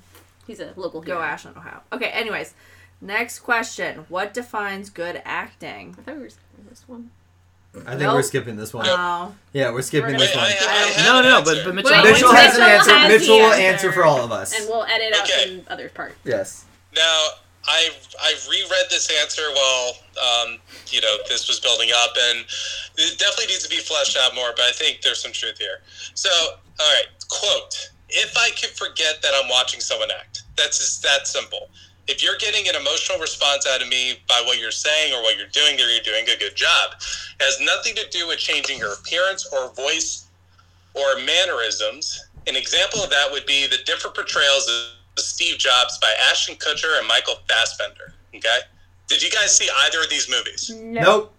S3: He's a local
S5: go
S3: hero.
S5: Ashland, Ohio. Okay. Anyways, next question: What defines good acting?
S3: I thought we were skipping this one.
S1: I think
S5: Nope.
S1: we're skipping this one.
S5: No.
S1: Yeah, we're skipping
S3: Uh, We're
S1: this
S4: gonna-
S1: one.
S4: I- I have-
S2: no,
S4: an
S2: no,
S4: answer.
S2: but but
S3: Wait,
S2: Mitchell.
S3: wait,
S1: Mitchell
S3: wait,
S1: has an answer.
S3: has
S1: Mitchell
S3: the
S1: will answer for all of us.
S3: And we'll edit out
S4: Okay.
S3: some other part.
S1: yes.
S4: Now, I I reread this answer while um, you know this was building up, and it definitely needs to be fleshed out more. But I think there's some truth here. So, all right, quote: If I could forget that I'm watching someone act, that's just that simple. If you're getting an emotional response out of me by what you're saying or what you're doing, or you're doing a good job, it has nothing to do with changing your appearance or voice or mannerisms. An example of that would be the different portrayals of Steve Jobs by Ashton Kutcher and Michael Fassbender. Okay, did you guys see either of these movies?
S3: No.
S1: Nope.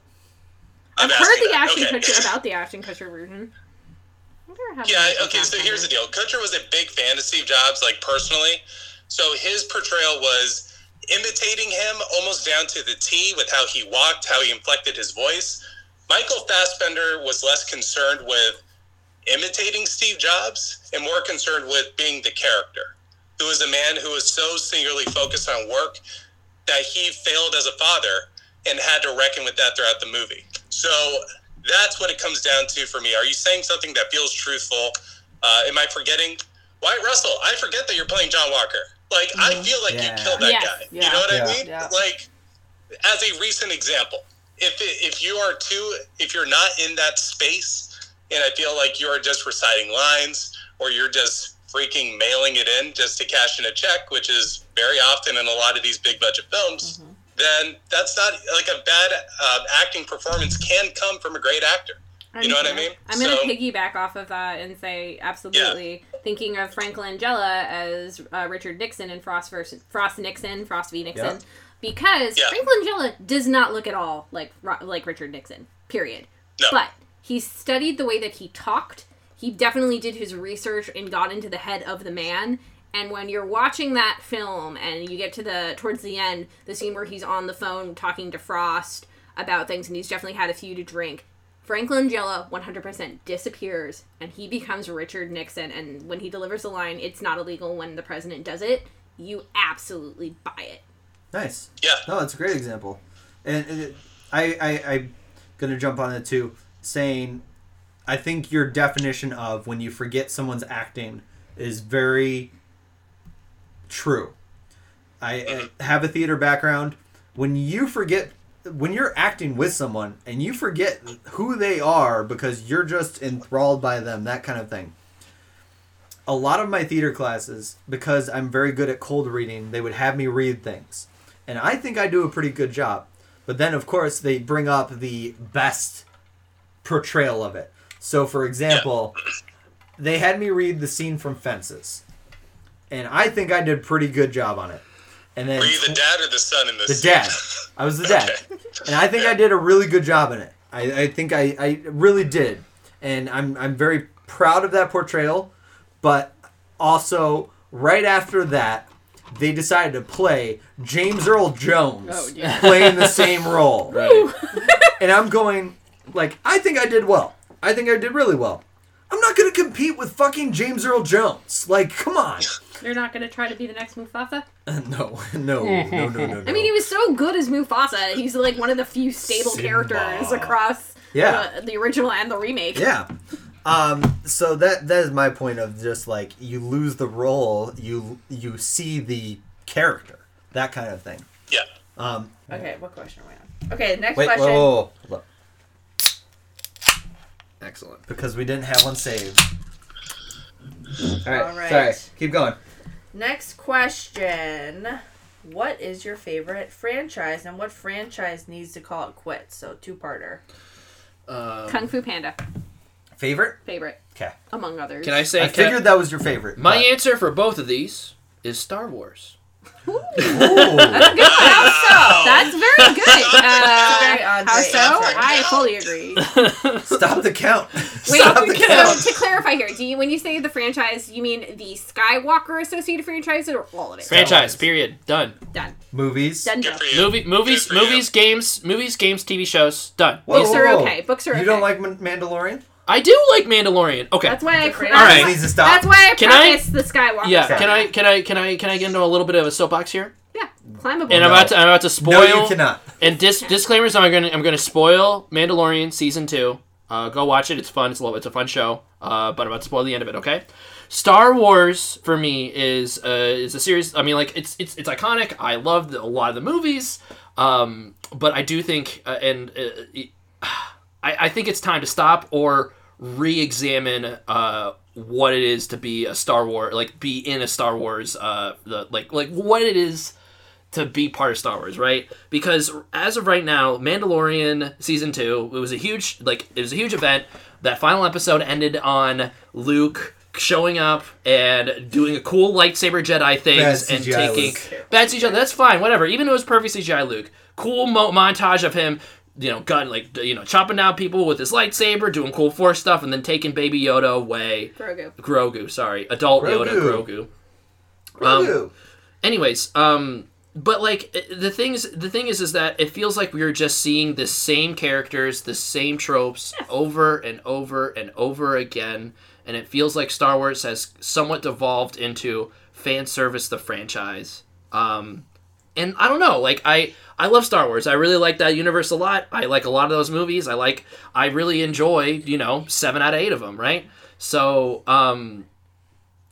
S3: I've
S4: I'm
S3: heard
S4: asking
S3: the
S4: that.
S3: Ashton
S4: Okay.
S3: Kutcher about the Ashton Kutcher version. I wonder how
S4: Yeah,
S3: many
S4: I- okay,
S3: people
S4: so
S3: have
S4: here's the
S3: that.
S4: deal. Kutcher was a big fan of Steve Jobs, like personally. So his portrayal was imitating him almost down to the T with how he walked, how he inflected his voice. Michael Fassbender was less concerned with imitating Steve Jobs and more concerned with being the character. Who was a man who was so singularly focused on work that he failed as a father and had to reckon with that throughout the movie. So that's what it comes down to for me. Are you saying something that feels truthful? Uh, am I forgetting? White Russell, I forget that you're playing John Walker. Like, I feel like
S1: Yeah.
S4: you killed that
S3: Yes.
S4: guy.
S5: Yeah.
S4: You know what
S1: Yeah.
S4: I mean?
S5: Yeah.
S4: Like, as a recent example, if, it, if you are too, if you're not in that space, and I feel like you are just reciting lines or you're just freaking mailing it in just to cash in a check, which is very often in a lot of these big budget films, then that's not like a bad uh, acting performance can come from a great actor. You know what I mean?
S3: I'm gonna
S4: So-
S3: piggyback off of that and say absolutely. Thinking of Frank Langella as uh, Richard Nixon in Frost versus Frost Nixon, Frost v Nixon,
S1: Yeah.
S3: because
S4: Yeah.
S3: Frank Langella does not look at all like Ro- like Richard Nixon. Period.
S4: No.
S3: But he studied the way that he talked. He definitely did his research and got into the head of the man. And when you're watching that film and you get to the towards the end, the scene where he's on the phone talking to Frost about things and he's definitely had a few to drink. Franklin Jella 100% disappears and he becomes Richard Nixon. And when he delivers the line, it's not illegal when the president does it, you absolutely buy it.
S1: Nice.
S4: Yeah.
S1: No, that's a great example. And it, I, I, I'm going to jump on it too, saying I think your definition of when you forget someone's acting is very true. I, I have a theater background. When you forget, when you're acting with someone and you forget who they are because you're just enthralled by them, that kind of thing. A lot of my theater classes, because I'm very good at cold reading, they would have me read things. And I think I do a pretty good job. But then, of course, they bring up the best portrayal of it. So, for example, they had me read the scene from Fences. And I think I did a pretty good job on it. And then
S4: Were you the dad or the son in this?
S1: the dad. I was the dad, and I think I did a really good job in it. I, I think I, I really did, and I'm I'm very proud of that portrayal. But also, right after that, they decided to play James Earl Jones
S5: Oh, dear.
S1: playing the same role,
S2: Right.
S1: and I'm going like I think I did well. I think I did really well. I'm not gonna compete with fucking James Earl Jones. Like, come on.
S3: They're not going to try to be the next Mufasa?
S1: No, no, no, no, no. no.
S3: I mean, he was so good as Mufasa. He's like one of the few stable
S1: Simba.
S3: characters across
S1: Yeah.
S3: the, the original and the remake.
S1: Yeah. Um, so that that is my point of just like you lose the role, you you see the character, that kind of thing.
S4: Yeah.
S1: Um,
S5: Okay, what question are we on? Okay, next
S1: wait, whoa,
S5: question.
S1: whoa, whoa, hold up.
S2: Excellent.
S1: because we didn't have one saved. All right,
S5: All right.
S1: sorry, keep going.
S5: Next question. What is your favorite franchise and what franchise needs to call it quits? So two parter.
S2: Um,
S3: Kung Fu Panda
S1: Favorite?
S3: favorite
S1: Okay,
S3: among others.
S2: can I say?
S1: I
S2: can-
S1: figured that was your favorite.
S2: my answer for both of these is Star Wars.
S1: answer.
S3: Good. How so? That's very good.
S5: Very
S3: Uh,
S5: Andre
S3: how so?
S5: answer.
S3: I fully agree.
S1: Stop the count.
S3: Wait,
S1: Stop the count.
S3: so to clarify here, do you when you say the franchise, you mean the Skywalker associated franchise or all of it?
S1: Fran-
S2: Franchise. Period. Done.
S3: Done.
S1: Movies.
S3: Done.
S4: Good
S3: deal.
S4: for you.
S2: Movie, movies,
S4: Good for you.
S2: movies, games, movies, games, TV shows. Done.
S1: Whoa,
S3: Books
S1: whoa,
S3: are
S1: whoa.
S3: okay. Books are okay.
S1: You don't like Man- Mandalorian?
S2: I do like Mandalorian. Okay.
S3: That's why I.
S5: Different.
S3: that's
S2: Alright.
S3: why-
S1: Needs to stop.
S3: That's why I
S2: Can I-
S3: prefaced the Skywalker.
S2: yeah.
S1: Okay.
S2: Can I? Can I? Can I? Can I get into a little bit of a soapbox here?
S3: Yeah. Climbable.
S2: And I'm about to. I'm about to spoil.
S1: No, you cannot.
S2: And dis- disclaimers: I'm gonna I'm gonna spoil Mandalorian season two. Uh, go watch it. It's fun. It's a little, it's a fun show. Uh, but I'm about to spoil the end of it. Okay. Star Wars for me is uh, is a series. I mean, like it's it's it's iconic. I love the, a lot of the movies. Um, but I do think uh, and uh, I, I think it's time to stop or re-examine uh, what it is to be a Star Wars, like be in a Star Wars, uh, the like like what it is to be part of Star Wars, right? Because as of right now, Mandalorian season two, it was a huge like it was a huge event. That final episode ended on Luke showing up and doing a cool lightsaber Jedi thing
S1: Bad
S2: and
S1: CGI
S2: taking
S1: Luke.
S2: bad CGI. That's fine, whatever. Even if it was perfect CGI, Luke. Cool mo- montage of him, you know, gun like you know, chopping down people with his lightsaber, doing cool force stuff, and then taking Baby Yoda away.
S3: Grogu.
S2: Grogu, sorry, adult Yoda,
S1: Grogu.
S2: Grogu.
S1: Ooh.
S2: Anyways, um, but like i- the things, the thing is, is that it feels like we are just seeing the same characters, the same tropes over and over and over again, and it feels like Star Wars has somewhat devolved into fan service the franchise. Um, and I don't know, like I I love Star Wars. I really like that universe a lot. I like a lot of those movies. I like I really enjoy, you know, 7 out of 8 of them, right? So, um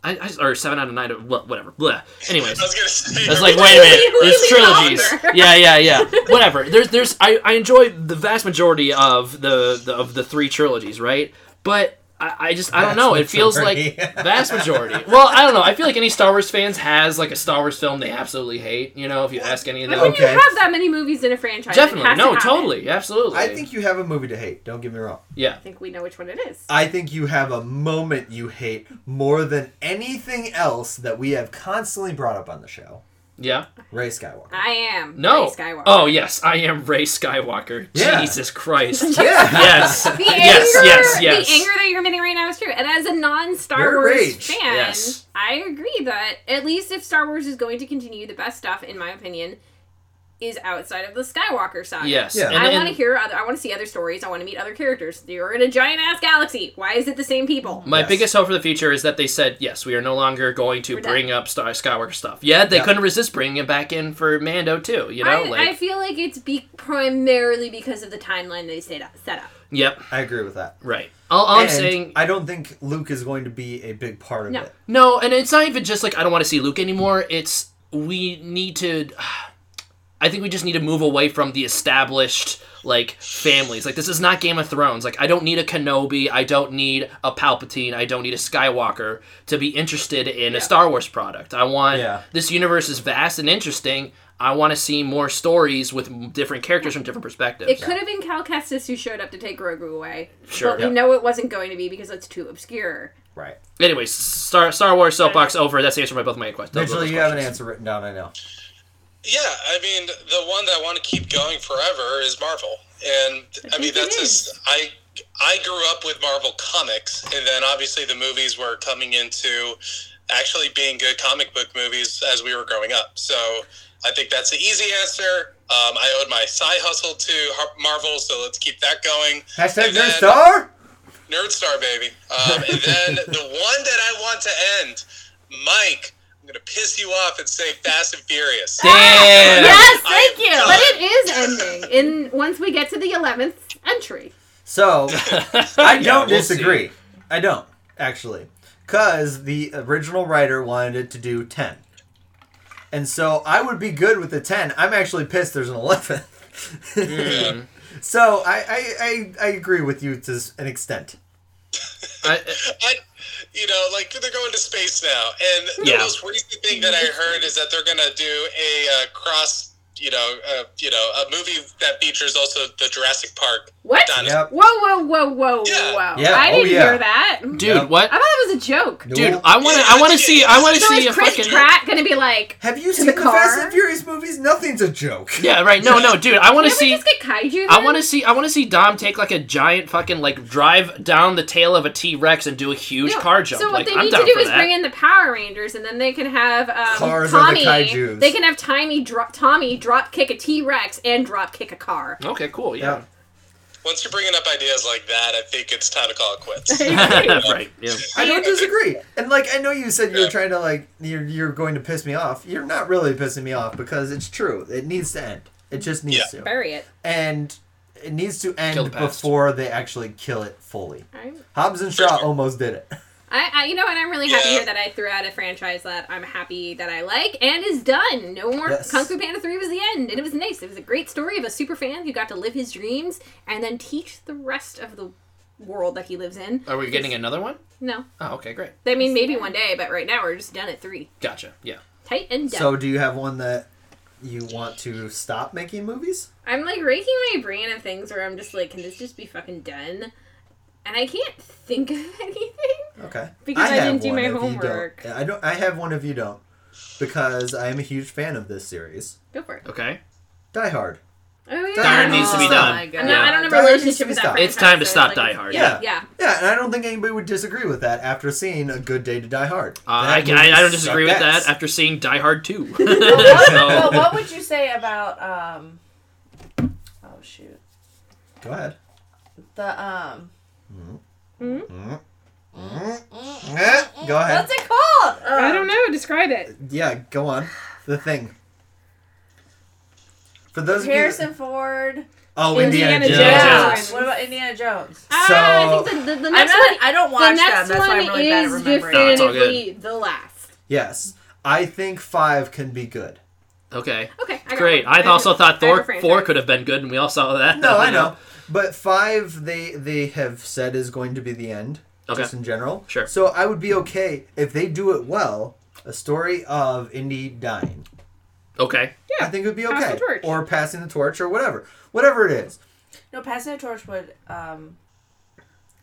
S2: I, I or 7 out of 9 of wha- whatever. Blah. Anyways.
S4: I was gonna say.
S2: It's like, wait a minute, there's
S3: Really
S2: trilogies.
S3: longer.
S2: Yeah, yeah, yeah. Whatever. There's, there's. I, I enjoy the vast majority of the, the of the three trilogies, right? But I, I just, I don't
S1: Vast
S2: know. It feels
S1: majority.
S2: like vast majority. Well, I don't know. I feel like any Star Wars fans has like a Star Wars film they absolutely hate. You know, if you ask any of
S3: How
S2: them,
S3: can you
S1: Okay.
S3: have that many movies in a franchise? It
S2: definitely,
S3: has to
S2: no,
S3: happen.
S2: totally, absolutely.
S1: I think you have a movie to hate. Don't get me wrong.
S2: yeah.
S3: I think we know which one it is.
S1: I think you have a moment you hate more than anything else that we have constantly brought up on the show.
S2: Yeah.
S1: Ray
S2: Uh,
S1: Skywalker.
S3: I am.
S2: No.
S3: Rey Skywalker.
S2: Oh yes, I am Ray Skywalker.
S1: Yeah.
S2: Jesus Christ.
S1: Yeah.
S2: yes.
S3: The anger,
S2: Yes, yes, yes.
S3: the anger that you're emitting right now is true. And as a non-Star
S1: Your
S3: Wars
S1: rage.
S3: fan,
S2: Yes.
S3: I agree that at least if Star Wars is going to continue, the best stuff, in my opinion, is outside of the Skywalker side.
S2: Yes.
S1: Yeah.
S2: And-
S3: I want to
S2: and-
S3: hear other. I want to see other stories. I want to meet other characters. You're in a giant ass galaxy. Why is it the same people?
S2: My
S1: Yes.
S2: biggest hope for the future is that they said yes, we are no longer going to
S3: We're done.
S2: bring up Star Skywalker stuff. Yeah, they
S1: Yeah.
S2: couldn't resist bringing it back in for Mando too. You know,
S3: I,
S2: like
S3: I feel like it's be primarily because of the timeline they set up. Set up.
S2: yep,
S1: I agree with that.
S2: right. All, all I'm
S1: And
S2: saying,
S1: I don't think Luke is going to be a big part of
S3: No.
S1: it.
S2: no, and it's not even just like I don't want to see Luke anymore. It's we need to. I think we just need to move away from the established like families. Like this is not Game of Thrones. Like I don't need a Kenobi. I don't need a Palpatine. I don't need a Skywalker to be interested in a Star Wars product. I want
S1: Yeah.
S2: this universe is vast and interesting. I want to see more stories with m- different characters from different perspectives.
S3: It could have been Cal Kestis who showed up to take Grogu away.
S2: Sure.
S3: But
S2: Yeah.
S3: we know it wasn't going to be because it's too obscure.
S1: Right.
S2: Anyways, Star Star Wars soapbox over. That's the answer to my both my quest- those-
S1: Mitchell,
S2: those
S1: you have
S2: questions.
S1: an answer written down, I know.
S4: Yeah, I mean, the one that I want to keep going forever is Marvel, and I,
S3: I
S4: mean
S3: think
S4: that's
S3: it is.
S4: just I I grew up with Marvel comics, and then obviously the movies were coming into actually being good comic book movies as we were growing up. So I think that's the easy answer. Um, I owed my side hustle to Har- Marvel, so let's keep that going.
S1: Hashtag
S4: And
S1: nerd
S4: then-
S1: star?
S4: Nerd Star, baby. Um, and then the one that I want to end, Mike. I'm gonna piss you off and say Fast and Furious.
S2: Damn.
S3: Yes, thank you.
S4: I-
S3: But it is ending in once we get to the eleventh entry.
S1: So I don't
S2: we'll
S1: disagree. I don't actually, because the original writer wanted to do ten, and so I would be good with the ten. I'm actually pissed. There's an eleven. So I, I I I agree with you to s- an extent.
S2: I, uh,
S4: I, you know, like they're going to space now, and
S2: Yeah.
S4: the most recent thing that I heard is that they're gonna do a uh, cross, you know, uh, you know, a movie that features also the Jurassic Park.
S3: What?
S4: Done.
S1: Yep.
S3: Whoa, whoa, whoa, whoa,
S4: Yeah.
S3: whoa!
S1: Yeah,
S3: I
S1: oh,
S3: didn't
S1: yeah.
S3: hear that.
S2: dude,
S1: Yep.
S3: I
S2: what?
S3: thought it was a joke.
S2: Dude,
S1: Nope.
S2: I want to. I want to see. I want to
S3: So
S2: see
S3: is
S2: a
S3: Chris
S2: fucking.
S3: Pratt gonna be like?
S1: Have you
S3: To
S1: seen
S3: the
S1: the, Fast
S3: car?
S1: and Furious movies? Nothing's a joke.
S2: Yeah, right. No, no, dude. I want to
S3: Can we
S2: see.
S3: just get kaiju?
S2: I want to see. I want to see Dom take like a giant fucking like drive down the tail of a T Rex and do a huge car jump.
S3: So what
S2: like
S3: they
S2: I'm
S3: need
S2: down
S3: to do
S2: for
S3: is
S2: that.
S3: bring in the Power Rangers, and then they can have um,
S1: Cars are the
S3: Tommy.
S1: kaijus.
S3: They can have Tommy drop Tommy drop kick a T Rex and drop kick a car.
S2: okay, cool.
S1: Yeah.
S2: Yeah.
S4: Once you're bringing up ideas like that, I think it's time to call it quits.
S2: right. Yeah.
S1: I don't disagree. And like I know you said you were
S4: Yeah.
S1: trying to like you're you're going to piss me off. You're not really pissing me off because it's true. It needs to end. It just needs
S4: Yeah.
S1: to.
S3: Bury it.
S1: And it needs to
S2: Kill the
S1: end
S2: past.
S1: before they actually kill it fully.
S3: I,
S1: Hobbs and Shaw
S4: Sure.
S1: almost did it.
S3: I, I, you know, and I'm really happy
S4: Yeah.
S3: here that I threw out a franchise that I'm happy that I like and is done. No more
S1: Yes.
S3: Kung Fu Panda Three was the end, and it was nice. It was a great story of a super fan who got to live his dreams and then teach the rest of the world that he lives in.
S2: Are we getting another one?
S3: No,
S2: Oh, okay, great.
S3: I mean maybe one day, but right now we're just done at three,
S2: Gotcha. Yeah.
S3: tight and done.
S1: So do you have one that you want to stop making movies?
S3: I'm like raking my brain of things where I'm just like, can this just be fucking done? And I can't think of anything.
S1: Okay.
S3: Because I
S1: have
S3: didn't do
S1: one
S3: my
S1: if you don't.
S3: homework.
S1: I don't I have one if you don't. Because I am a huge fan of this series.
S3: Go for it.
S2: Okay.
S1: Die Hard.
S3: Oh yeah.
S1: Die Hard needs to be
S5: Oh
S2: done.
S5: my God.
S3: I'm not, I don't have
S1: Die
S3: a
S1: Hard needs to
S3: relationship
S1: be
S3: with that.
S1: stopped.
S2: It's
S3: franchise,
S2: time to
S3: so,
S2: stop
S3: like,
S2: Die Hard.
S1: Yeah.
S3: Yeah.
S1: Yeah, and I don't think anybody would disagree with that after seeing a good day to die hard.
S2: Uh, I,
S1: That
S2: I, I don't
S1: movie
S2: disagree with
S1: sucked
S2: that
S1: ass.
S2: after seeing Die Hard 2.
S5: well,
S2: so,
S5: what, what would you say about um? Oh shoot,
S1: Go ahead.
S5: the um.
S1: Mm. Eh, Go ahead.
S5: What's it called? Um,
S3: I don't know. Describe it.
S1: Yeah, go on. The thing. For those of you-
S5: Harrison Ford.
S1: Oh, Indiana,
S3: Indiana
S1: Jones.
S2: Jones.
S5: Yeah. What about Indiana Jones?
S3: Ah, I think the, the, the
S5: I'm
S3: next
S5: not,
S3: one.
S5: I don't
S3: the
S5: watch them.
S3: next
S5: That's why
S3: one
S5: I'm really bad at
S3: is
S5: remembering.
S2: No, it's all good.
S3: definitively the last.
S1: Yes, I think five can be good.
S2: okay.
S3: Okay. I got
S2: Great.
S3: one.
S2: I also thought
S3: I have
S2: Thor
S3: a
S2: 4
S3: franchise.
S2: could have been good, and we all saw that.
S1: No, I know, but five they they have said is going to be the end.
S2: Okay.
S1: Just in general.
S2: Sure.
S1: So I would be okay if they do it well. A story of Indy dying.
S2: Okay.
S1: I think it would be
S3: Pass the
S1: okay.
S3: torch.
S1: Or passing the torch or whatever. Whatever it is.
S5: No, passing the torch would um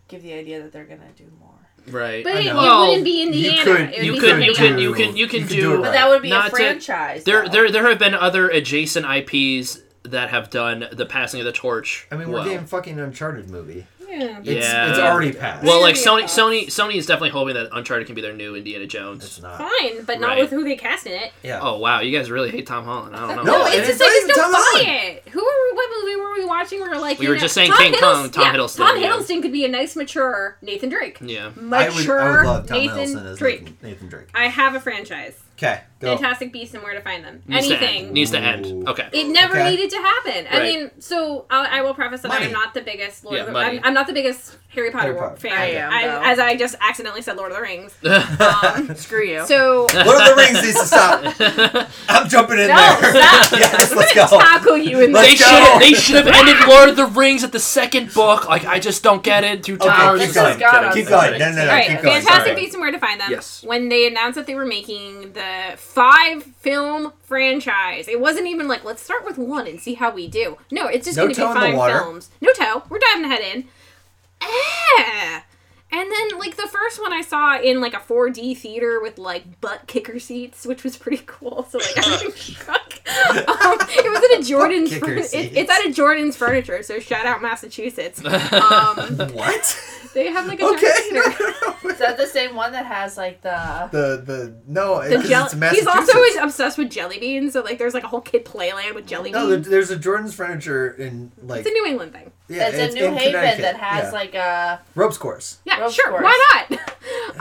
S5: give the idea that they're gonna do more.
S2: Right.
S3: But
S1: I
S3: it, it
S1: know.
S3: wouldn't be Indiana.
S1: you could,
S3: It would
S1: you
S3: be
S1: could,
S3: something
S1: you
S3: else.
S1: could,
S2: do-
S1: you can, you can do.
S2: But
S5: But that would be
S2: Not
S5: a
S2: to-
S5: franchise.
S2: there,
S5: though.
S2: there, there have been other adjacent IPs that have done the passing of the torch.
S1: I mean, we're
S2: well.
S1: getting fucking Uncharted movie.
S3: Yeah.
S1: It's,
S2: Yeah.
S1: it's already passed.
S2: Well, like
S3: Yeah.
S2: Sony, Sony, Sony is definitely hoping that Uncharted can be their new Indiana Jones.
S1: it's not.
S3: Fine, but not
S2: Right.
S3: with who they cast in it.
S1: Yeah.
S2: Oh wow, you guys really hate Tom Holland. I don't know.
S1: No,
S3: No,
S1: and
S3: it's
S1: it's
S3: just like
S1: not
S3: just
S1: even Tom
S3: don't buy
S1: Holland.
S3: it. Who were what movie were we watching? We were like,
S2: We
S3: you
S2: were
S3: know,
S2: just saying
S3: Tom
S2: King Kong, Tom
S3: yeah,
S2: Hiddleston,
S3: Tom
S2: yeah.
S3: Hiddleston could be a nice, mature Nathan Drake.
S2: Yeah.
S1: I would,
S3: Mature
S1: I would love Tom
S3: Nathan
S1: Hiddleston as
S3: Drake.
S1: Nathan, Nathan Drake.
S3: I have a franchise.
S1: Okay, go.
S3: Fantastic Beasts and Where to Find Them.
S2: Needs To end.
S3: Anything.
S2: Needs to end.
S1: Ooh.
S2: Okay.
S3: It never
S1: Okay.
S3: needed to happen. I
S2: Right.
S3: mean, so I, I will preface that
S1: Money.
S3: I'm not the biggest Lord
S2: Yeah,
S3: of the
S2: money.
S3: I'm, I'm not the biggest Harry Potter,
S1: Harry Potter.
S3: fan.
S5: I am, though.
S3: as I just accidentally said Lord of the Rings. Um,
S5: Screw you.
S3: so
S1: Lord of the Rings needs to stop. I'm jumping in
S5: No,
S1: there.
S5: stop.
S1: yes, let's go.
S3: tackle you in
S1: Let's
S2: They
S3: this.
S1: go.
S2: should they should have ended Lord of the Rings at the second book. Like I just don't get it. Two
S1: Okay,
S2: towers.
S1: keep
S5: is
S1: going.
S5: gone.
S1: Keep going. No, no, no.
S3: All right,
S1: keep going.
S3: Fantastic
S1: Sorry.
S3: Beasts and Where to Find Them.
S2: Yes.
S3: When they announced that they were making the five film franchise, it wasn't even like let's start with one and see how we do. No, it's just
S1: No
S3: going to
S1: toe
S3: be
S1: in the
S3: five
S1: water.
S3: films. No toe. We're diving head in. Eh. And then like the first one I saw in like a 4D theater with like butt kicker seats, which was pretty cool. So like I was shook. Um, it was at a Jordan's.
S1: kicker
S3: Furni- it,
S1: seats.
S3: it's at a Jordan's Furniture. So shout out Massachusetts. Um,
S1: What?
S3: they have like a
S1: Okay.
S3: giant theater.
S5: Is that the same one that has like the?
S1: the the no.
S3: The
S1: Because
S3: jell-
S1: it's
S3: he's
S1: Massachusetts.
S3: also is obsessed with jelly beans, so like there's like a whole kid playland with jelly
S1: no.
S3: beans.
S1: there- There's a Jordan's furniture in like
S3: it's a New England thing.
S1: yeah,
S5: That's in
S1: it's
S5: New
S1: in
S5: Haven
S1: Connecticut.
S5: that has
S1: Yeah.
S5: like uh, a.
S1: ropes course.
S3: Yeah,
S5: Of
S3: sure,
S5: course.
S3: why not?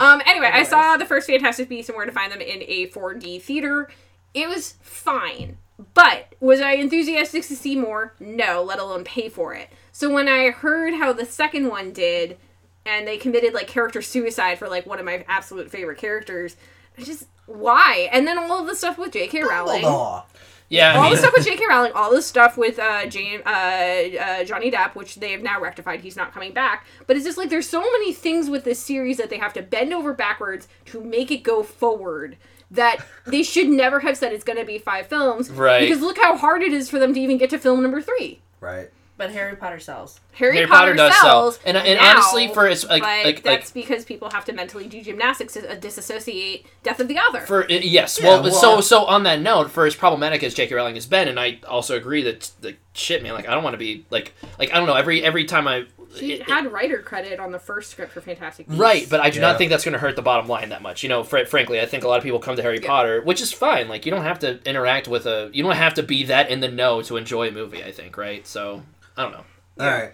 S3: um, anyway, I
S5: Anyways.
S3: saw the first Fantastic Beasts and Where to Find Them in a 4D theater. It was fine, but was I enthusiastic to see more? No, let alone pay for it. So when I heard how the second one did, and they committed like character suicide for like one of my absolute favorite characters, I just why? And then all of the stuff with J.K. Rowling, all
S1: Dumbledore.
S2: Yeah, I
S3: the
S2: mean,
S3: stuff with J.K. Rowling, all the stuff with uh, Jane, uh, uh, Johnny Depp, which they have now rectified. He's not coming back. But it's just like there's so many things with this series that they have to bend over backwards to make it go forward. That they should never have said it's going to be five films,
S2: Right.
S3: Because look how hard it is for them to even get to film number three.
S1: Right.
S5: But Harry Potter sells.
S3: Harry,
S2: Harry
S3: Potter,
S2: Potter does
S3: sells.
S2: sell. And- and
S3: now,
S2: honestly, for its- like-
S3: but
S2: like-
S3: that's because people have to mentally do gymnastics to uh, disassociate death of the author.
S2: for i- yes,
S1: Yeah,
S2: well,
S1: well,
S2: so
S1: I-
S2: so on that note, for as problematic as J.K. Rowling has been, and I also agree that the shit, man, like I don't want to be like like I don't know every every time I
S3: he
S2: it- it-
S3: had writer credit on the first script for Fantastic Beasts.
S2: Right, but I do
S1: Yeah.
S2: not think that's going to hurt the bottom line that much. You know, fr- frankly, I think a lot of people come to Harry
S3: Yeah.
S2: Potter, which is fine. Like, you don't have to interact with a, you don't have to be that in the know to enjoy a movie. I think, right? So, I don't know.
S1: All right.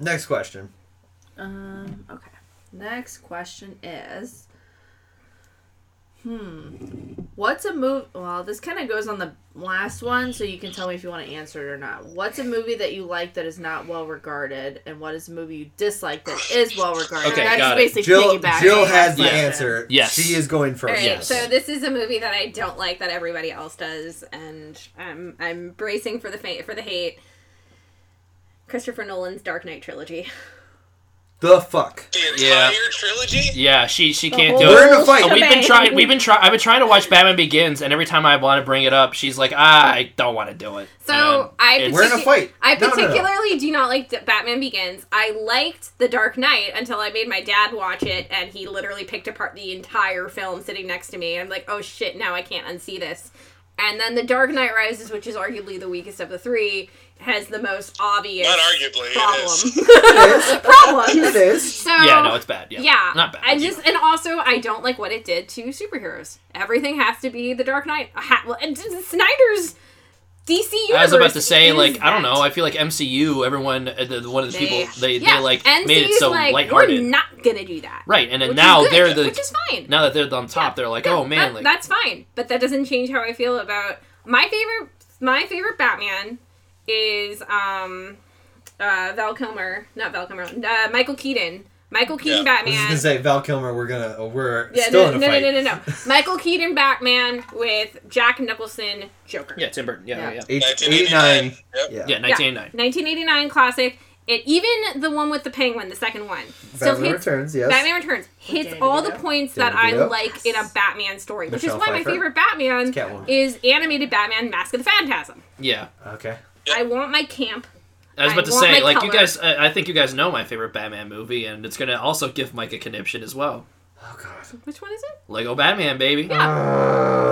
S1: Next question.
S5: Um, okay. Next question is Hmm. What's a movie? Well, this kind of goes on the last one, so you can tell me if you want to answer it or not. What's a movie that you like that is not well regarded, and what is a movie you dislike that is well regarded?
S2: Okay,
S5: That's
S2: got it.
S5: basically
S1: Jill.
S5: piggyback.
S1: Jill has the
S5: Yeah.
S1: answer.
S2: Yes.
S1: She is going first.
S3: All right,
S2: Yes.
S3: so this is a movie that I don't like that everybody else does, and um, I'm bracing for the fa- for the hate. Christopher Nolan's Dark Knight trilogy.
S1: The fuck.
S4: The entire
S2: Yeah.
S4: trilogy?
S2: Yeah, she she can't
S5: whole-
S2: do
S1: We're
S2: it.
S1: in a fight.
S2: And
S1: Oh,
S2: we've been
S3: shebang.
S2: trying. We've been trying. I've been trying to watch Batman Begins, and every time I want to bring it up, she's like, ah, "I don't want to do it."
S3: So,
S2: And
S3: I
S2: it's-
S1: Um, We're in a fight.
S3: I
S1: No, no, no.
S3: particularly do not like D- Batman Begins. I liked The Dark Knight until I made my dad watch it, and he literally picked apart the entire film sitting next to me. I'm like, oh shit, now I can't unsee this. And then The Dark Knight Rises, which is arguably the weakest of the three, has the most obvious
S4: Not arguably, it is.
S3: problem.
S1: It is. It
S3: Problems.
S1: is.
S3: So
S2: yeah, no, it's bad. Yeah,
S3: yeah,
S2: not bad.
S3: I just and also I don't like what it did to superheroes. Everything has to be the Dark Knight. Ha, well, and Snyder's DC. Universe
S2: I was about to say,
S3: is
S2: like, I don't
S3: that.
S2: know. I feel like MCU, everyone, uh, the, the- one of the people, they,
S3: yeah,
S2: they like
S3: NCU's
S2: made it so
S3: like,
S2: lighthearted,
S3: We're not gonna do that.
S2: right? And then
S3: Which
S2: now
S3: is good,
S2: they're the
S3: which is fine.
S2: now that they're on top,
S3: Yeah,
S2: they're like,
S3: yeah,
S2: oh man,
S3: that-
S2: like
S3: that's fine. But that doesn't change how I feel about my favorite. My favorite Batman is um, uh, Val Kilmer, not Val Kilmer, uh, Michael Keaton. Michael Keaton
S4: Yeah,
S1: I was just
S3: Batman.
S1: gonna say Val Kilmer. We're gonna. oh, We're
S3: yeah,
S1: still
S3: no,
S1: in a
S3: no,
S1: fight.
S3: no, no, no, no. Michael Keaton Batman with Jack Nicholson Joker.
S2: yeah, Tim Burton, yeah,
S5: Yeah.
S2: yeah, yeah,
S1: Eight- 89.
S4: 1989. Yep.
S1: Yeah.
S2: yeah 1989.
S3: 1989 classic. It even the one with the penguin, the second one, still
S1: Batman
S3: hits
S1: Returns. Yes.
S3: Batman Returns hits
S5: Danny
S3: all the
S5: DeVito.
S3: points
S1: Danny
S3: that I
S1: DeVito.
S3: like in a Batman story, which
S1: Michelle
S3: is why
S1: Pfeiffer.
S3: my favorite Batman
S1: Catwoman.
S3: is animated Batman Mask of the Phantasm.
S2: Yeah,
S1: Okay.
S3: I want my camp.
S2: I was
S3: I
S2: about to
S3: want
S2: say,
S3: my
S2: like, you
S3: color.
S2: guys, I, I think you guys know my favorite Batman movie, and it's gonna also give Mike a conniption as well.
S1: Oh God.
S3: Which one is it?
S2: Lego Batman, baby.
S3: Yeah.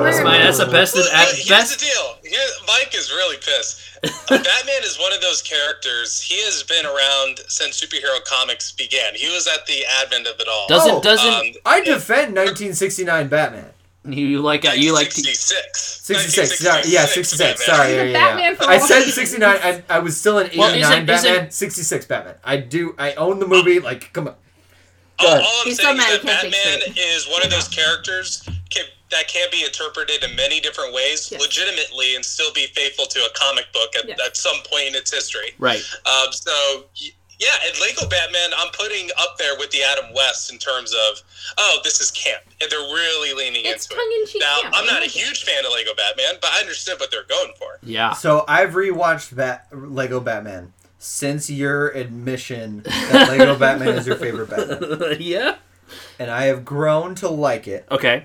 S2: That's
S1: Uh,
S3: Where-
S2: mine. That's the best.
S4: Look,
S2: At
S4: look, here's
S2: best.
S4: the deal. Here, Mike is really pissed. Batman is one of those characters. He has been around since superhero comics began. He was at the advent of it all.
S2: Doesn't
S1: Oh,
S2: doesn't
S1: I defend 1969 Batman.
S2: you like you like
S4: 66.
S1: 66. Sorry, yeah, 66. Sorry. Yeah,
S3: Batman.
S1: yeah, yeah.
S3: Batman for
S1: I said
S3: one.
S1: 69. I, I was still in 89
S2: Well, isn't-
S1: Batman.
S2: isn't-
S1: 66 Batman. I do. I own the movie. Like, come on.
S4: All,
S1: Good.
S4: all I'm
S5: He's so
S4: saying
S5: mad
S4: is
S5: he
S4: that
S5: can't fix
S4: Batman is one of those characters can, that can be interpreted in many different ways,
S5: Yes.
S4: legitimately, and still be faithful to a comic book at,
S3: Yes.
S4: at some point in its history.
S2: right.
S4: Um, so y- yeah, and Lego Batman, I'm putting up there with the Adam West in terms of oh, this is camp, and they're really leaning
S3: It's
S4: into it.
S3: tongue in cheek.
S4: Now, I'm not a huge fan of Lego Batman, but I understand what they're going for.
S2: Yeah.
S1: So I've rewatched Bat- Lego Batman since your admission that Lego Batman is your favorite Batman,
S2: yeah.
S1: and I have grown to like it.
S2: Okay.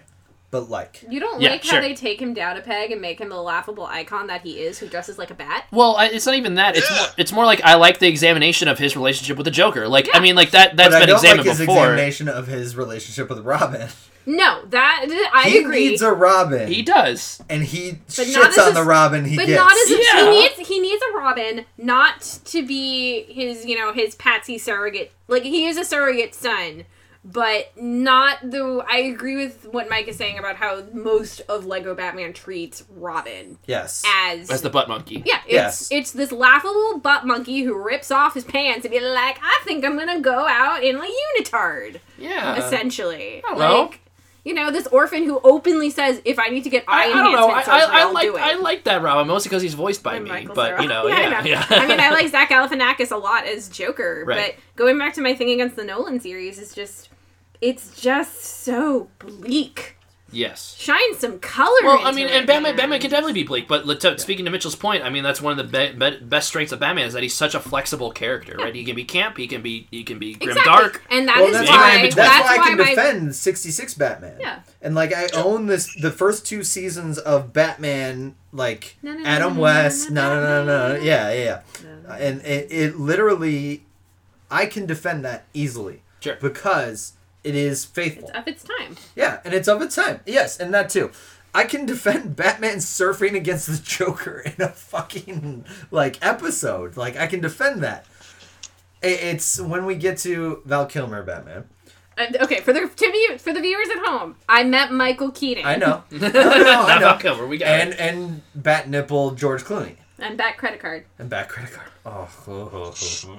S1: But like,
S3: You don't
S2: Yeah,
S3: like
S2: sure.
S3: how they take him down a peg and make him the laughable icon that he is, who dresses like a bat.
S2: Well, I, it's not even that. It's
S4: Yeah.
S2: more, it's more like I like the examination of his relationship with the Joker. Like I
S3: Yeah.
S2: mean, like that that's
S1: but I
S2: been
S1: don't like
S2: examined
S1: his
S2: before.
S1: examination of his relationship with Robin.
S3: No, that I
S1: he
S3: agree.
S1: needs a Robin,
S2: He does.
S1: and he
S3: But
S1: shits
S3: not as
S1: on
S3: a-
S1: the Robin he
S3: but
S1: gets.
S3: not as a,
S2: Yeah.
S3: he needs he needs a Robin not to be his you know his patsy surrogate like he is a surrogate son but not the I agree with what Mike is saying about how most of Lego Batman treats Robin
S1: yes.
S3: as
S2: That's the butt monkey.
S3: yeah, it's
S1: Yes.
S3: it's this laughable butt monkey who rips off his pants and be like, I think I'm gonna go out in a unitard,
S2: Yeah.
S3: essentially.
S2: I don't know.
S3: Like, You know, this orphan who openly says, "If I need to get
S2: I,
S3: eye
S2: I don't
S3: enhancement
S2: know. I,
S3: surgery,
S2: I, I
S3: will
S2: like
S3: do it."
S2: I like that Robin mostly because he's voiced by
S5: And
S2: me.
S5: Michael
S2: but
S5: Cera.
S2: you know,
S3: I
S2: yeah,
S3: know.
S2: yeah.
S3: I mean, I like Zach Galifianakis a lot as Joker,
S2: Right.
S3: but going back to my thing against the Nolan series is just, it's just so bleak.
S2: yes.
S3: Shine some color.
S2: Well,
S3: into
S2: I mean,
S3: it,
S2: and Batman,
S3: man.
S2: Batman can definitely be bleak. But to, speaking to Mitchell's point, I mean, that's one of the be- be- best strengths of Batman is that he's such a flexible character, right? He can be camp, he can be he can be grim
S3: exactly.
S2: dark.
S3: and that
S1: well,
S3: is
S1: that's
S2: the
S1: why,
S3: why.
S2: in-between.
S1: that's
S3: that's
S1: why I can
S3: my
S1: defend 66 Batman.
S3: Yeah.
S1: And like I own this the first two seasons of Batman like
S3: No, no, no,
S1: Adam
S3: no, no,
S1: West,
S3: no,
S1: no no
S3: no,
S1: no
S3: no,
S1: no.
S3: no.
S1: Yeah, yeah,
S5: No,
S1: yeah. And it, it literally I can defend that easily.
S2: Sure.
S1: Because it is faithful.
S3: It's of its time.
S1: Yeah, and it's of its time. Yes, and that too. I can defend Batman surfing against the Joker in a fucking like episode. Like I can defend that. I- It's when we get to Val Kilmer Batman.
S3: And, okay, for the to view, for the viewers at home, I met Michael Keating.
S1: I know. No, no, no, I
S2: Not
S1: know.
S2: Val Kilmer, we got
S1: And
S2: it.
S1: and Bat Nipple George Clooney
S3: And that credit card.
S1: and Bat Credit Card. Oh,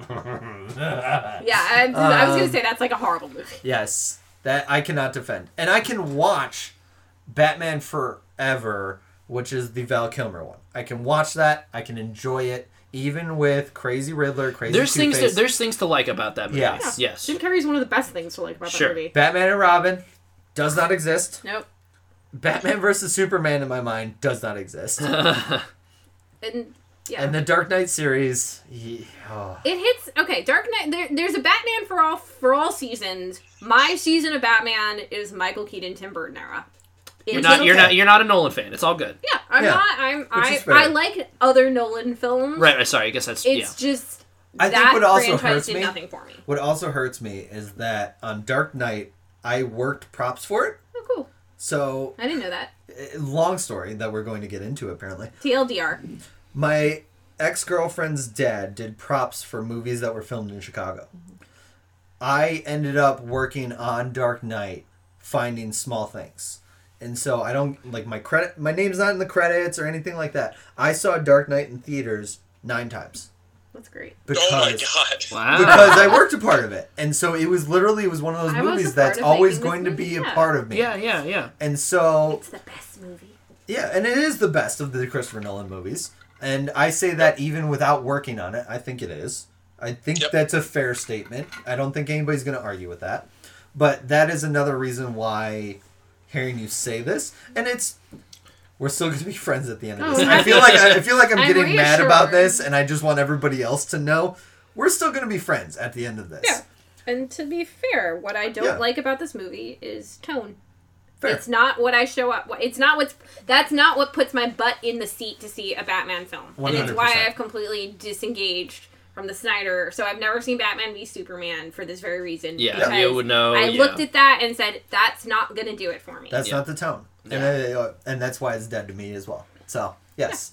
S3: Yeah, I, I was
S1: Um,
S3: gonna say that's like a horrible movie.
S1: yes, that I cannot defend, and I can watch Batman Forever, which is the Val Kilmer one. I can watch that. I can enjoy it, even with Crazy Riddler, Crazy.
S2: There's things to,
S1: Two-Face.
S2: there's things to like about that movie.
S1: Yes.
S2: Yes.
S3: Jim Carrey's one of the best things to like about
S2: Sure.
S3: that movie.
S1: Batman and Robin does not exist.
S3: Nope.
S1: Batman versus Superman in my mind does not exist.
S3: And yeah.
S1: and the Dark Knight series, ye- oh.
S3: It hits okay. Dark Knight. There, there's a Batman for all for all seasons. My season of Batman is Michael Keaton, Tim Burton era.
S2: You're
S3: It's-
S2: not you're
S1: okay.
S2: not you're not a Nolan fan. It's all good.
S3: Yeah, I'm
S1: Yeah,
S3: not. I'm. I,
S1: is fair.
S3: I like other Nolan films.
S2: Right. right sorry. I guess that's yeah.
S3: It's just
S1: I think
S3: that
S1: what also
S3: franchise
S1: hurts
S3: did
S1: me-
S3: nothing for me.
S1: What also hurts me is that on Dark Knight, I worked props for it.
S3: Oh, cool.
S1: So,
S3: I didn't know that.
S1: eh, long story that we're going to get into apparently.
S3: TLDR.
S1: My ex girlfriend's dad did props for movies that were filmed in Chicago. I ended up working on Dark Knight, finding small things. And so I don't like my credit, my name's not in the credits or anything like that. I saw Dark Knight in theaters nine times
S3: That's great.
S1: because.
S4: Oh my god.
S2: Wow.
S1: Because I worked a part of it, and so it was literally it was one of those
S3: I was a
S1: movies
S3: part
S1: that's
S3: of
S1: always
S3: making this
S1: going to
S3: movie,
S1: be a
S3: yeah.
S1: part of me.
S2: yeah. Yeah. Yeah.
S1: And so
S3: It's the best movie.
S1: yeah, and it is the best of the Christopher Nolan movies. And I say that even without working on it, I think it is. I think
S4: Yep.
S1: that's a fair statement. I don't think anybody's going to argue with that. But that is another reason why hearing you say this, and it's we're still going to be friends at the end of this.
S3: Oh,
S1: I feel like I, I feel like I'm,
S3: I'm
S1: getting mad about
S3: reassured.
S1: this, and I just want everybody else to know we're still going to be friends at the end of this.
S3: Yeah. And to be fair, what I don't
S1: Yeah.
S3: like about this movie is tone.
S1: Fair.
S3: It's not what I show up. It's not what's. That's not what puts my butt in the seat to see a Batman film, and it's why
S1: 100%.
S3: I've completely disengaged from the Snyder. So I've never seen Batman v Superman for this very reason.
S2: Yeah,
S3: because
S2: you would know,
S3: I
S2: yeah.
S3: looked at that and said, "That's not gonna do it for me."
S1: That's
S2: Yeah.
S1: not the tone, and,
S2: Yeah.
S1: uh, and that's why it's dead to me as well. So yes.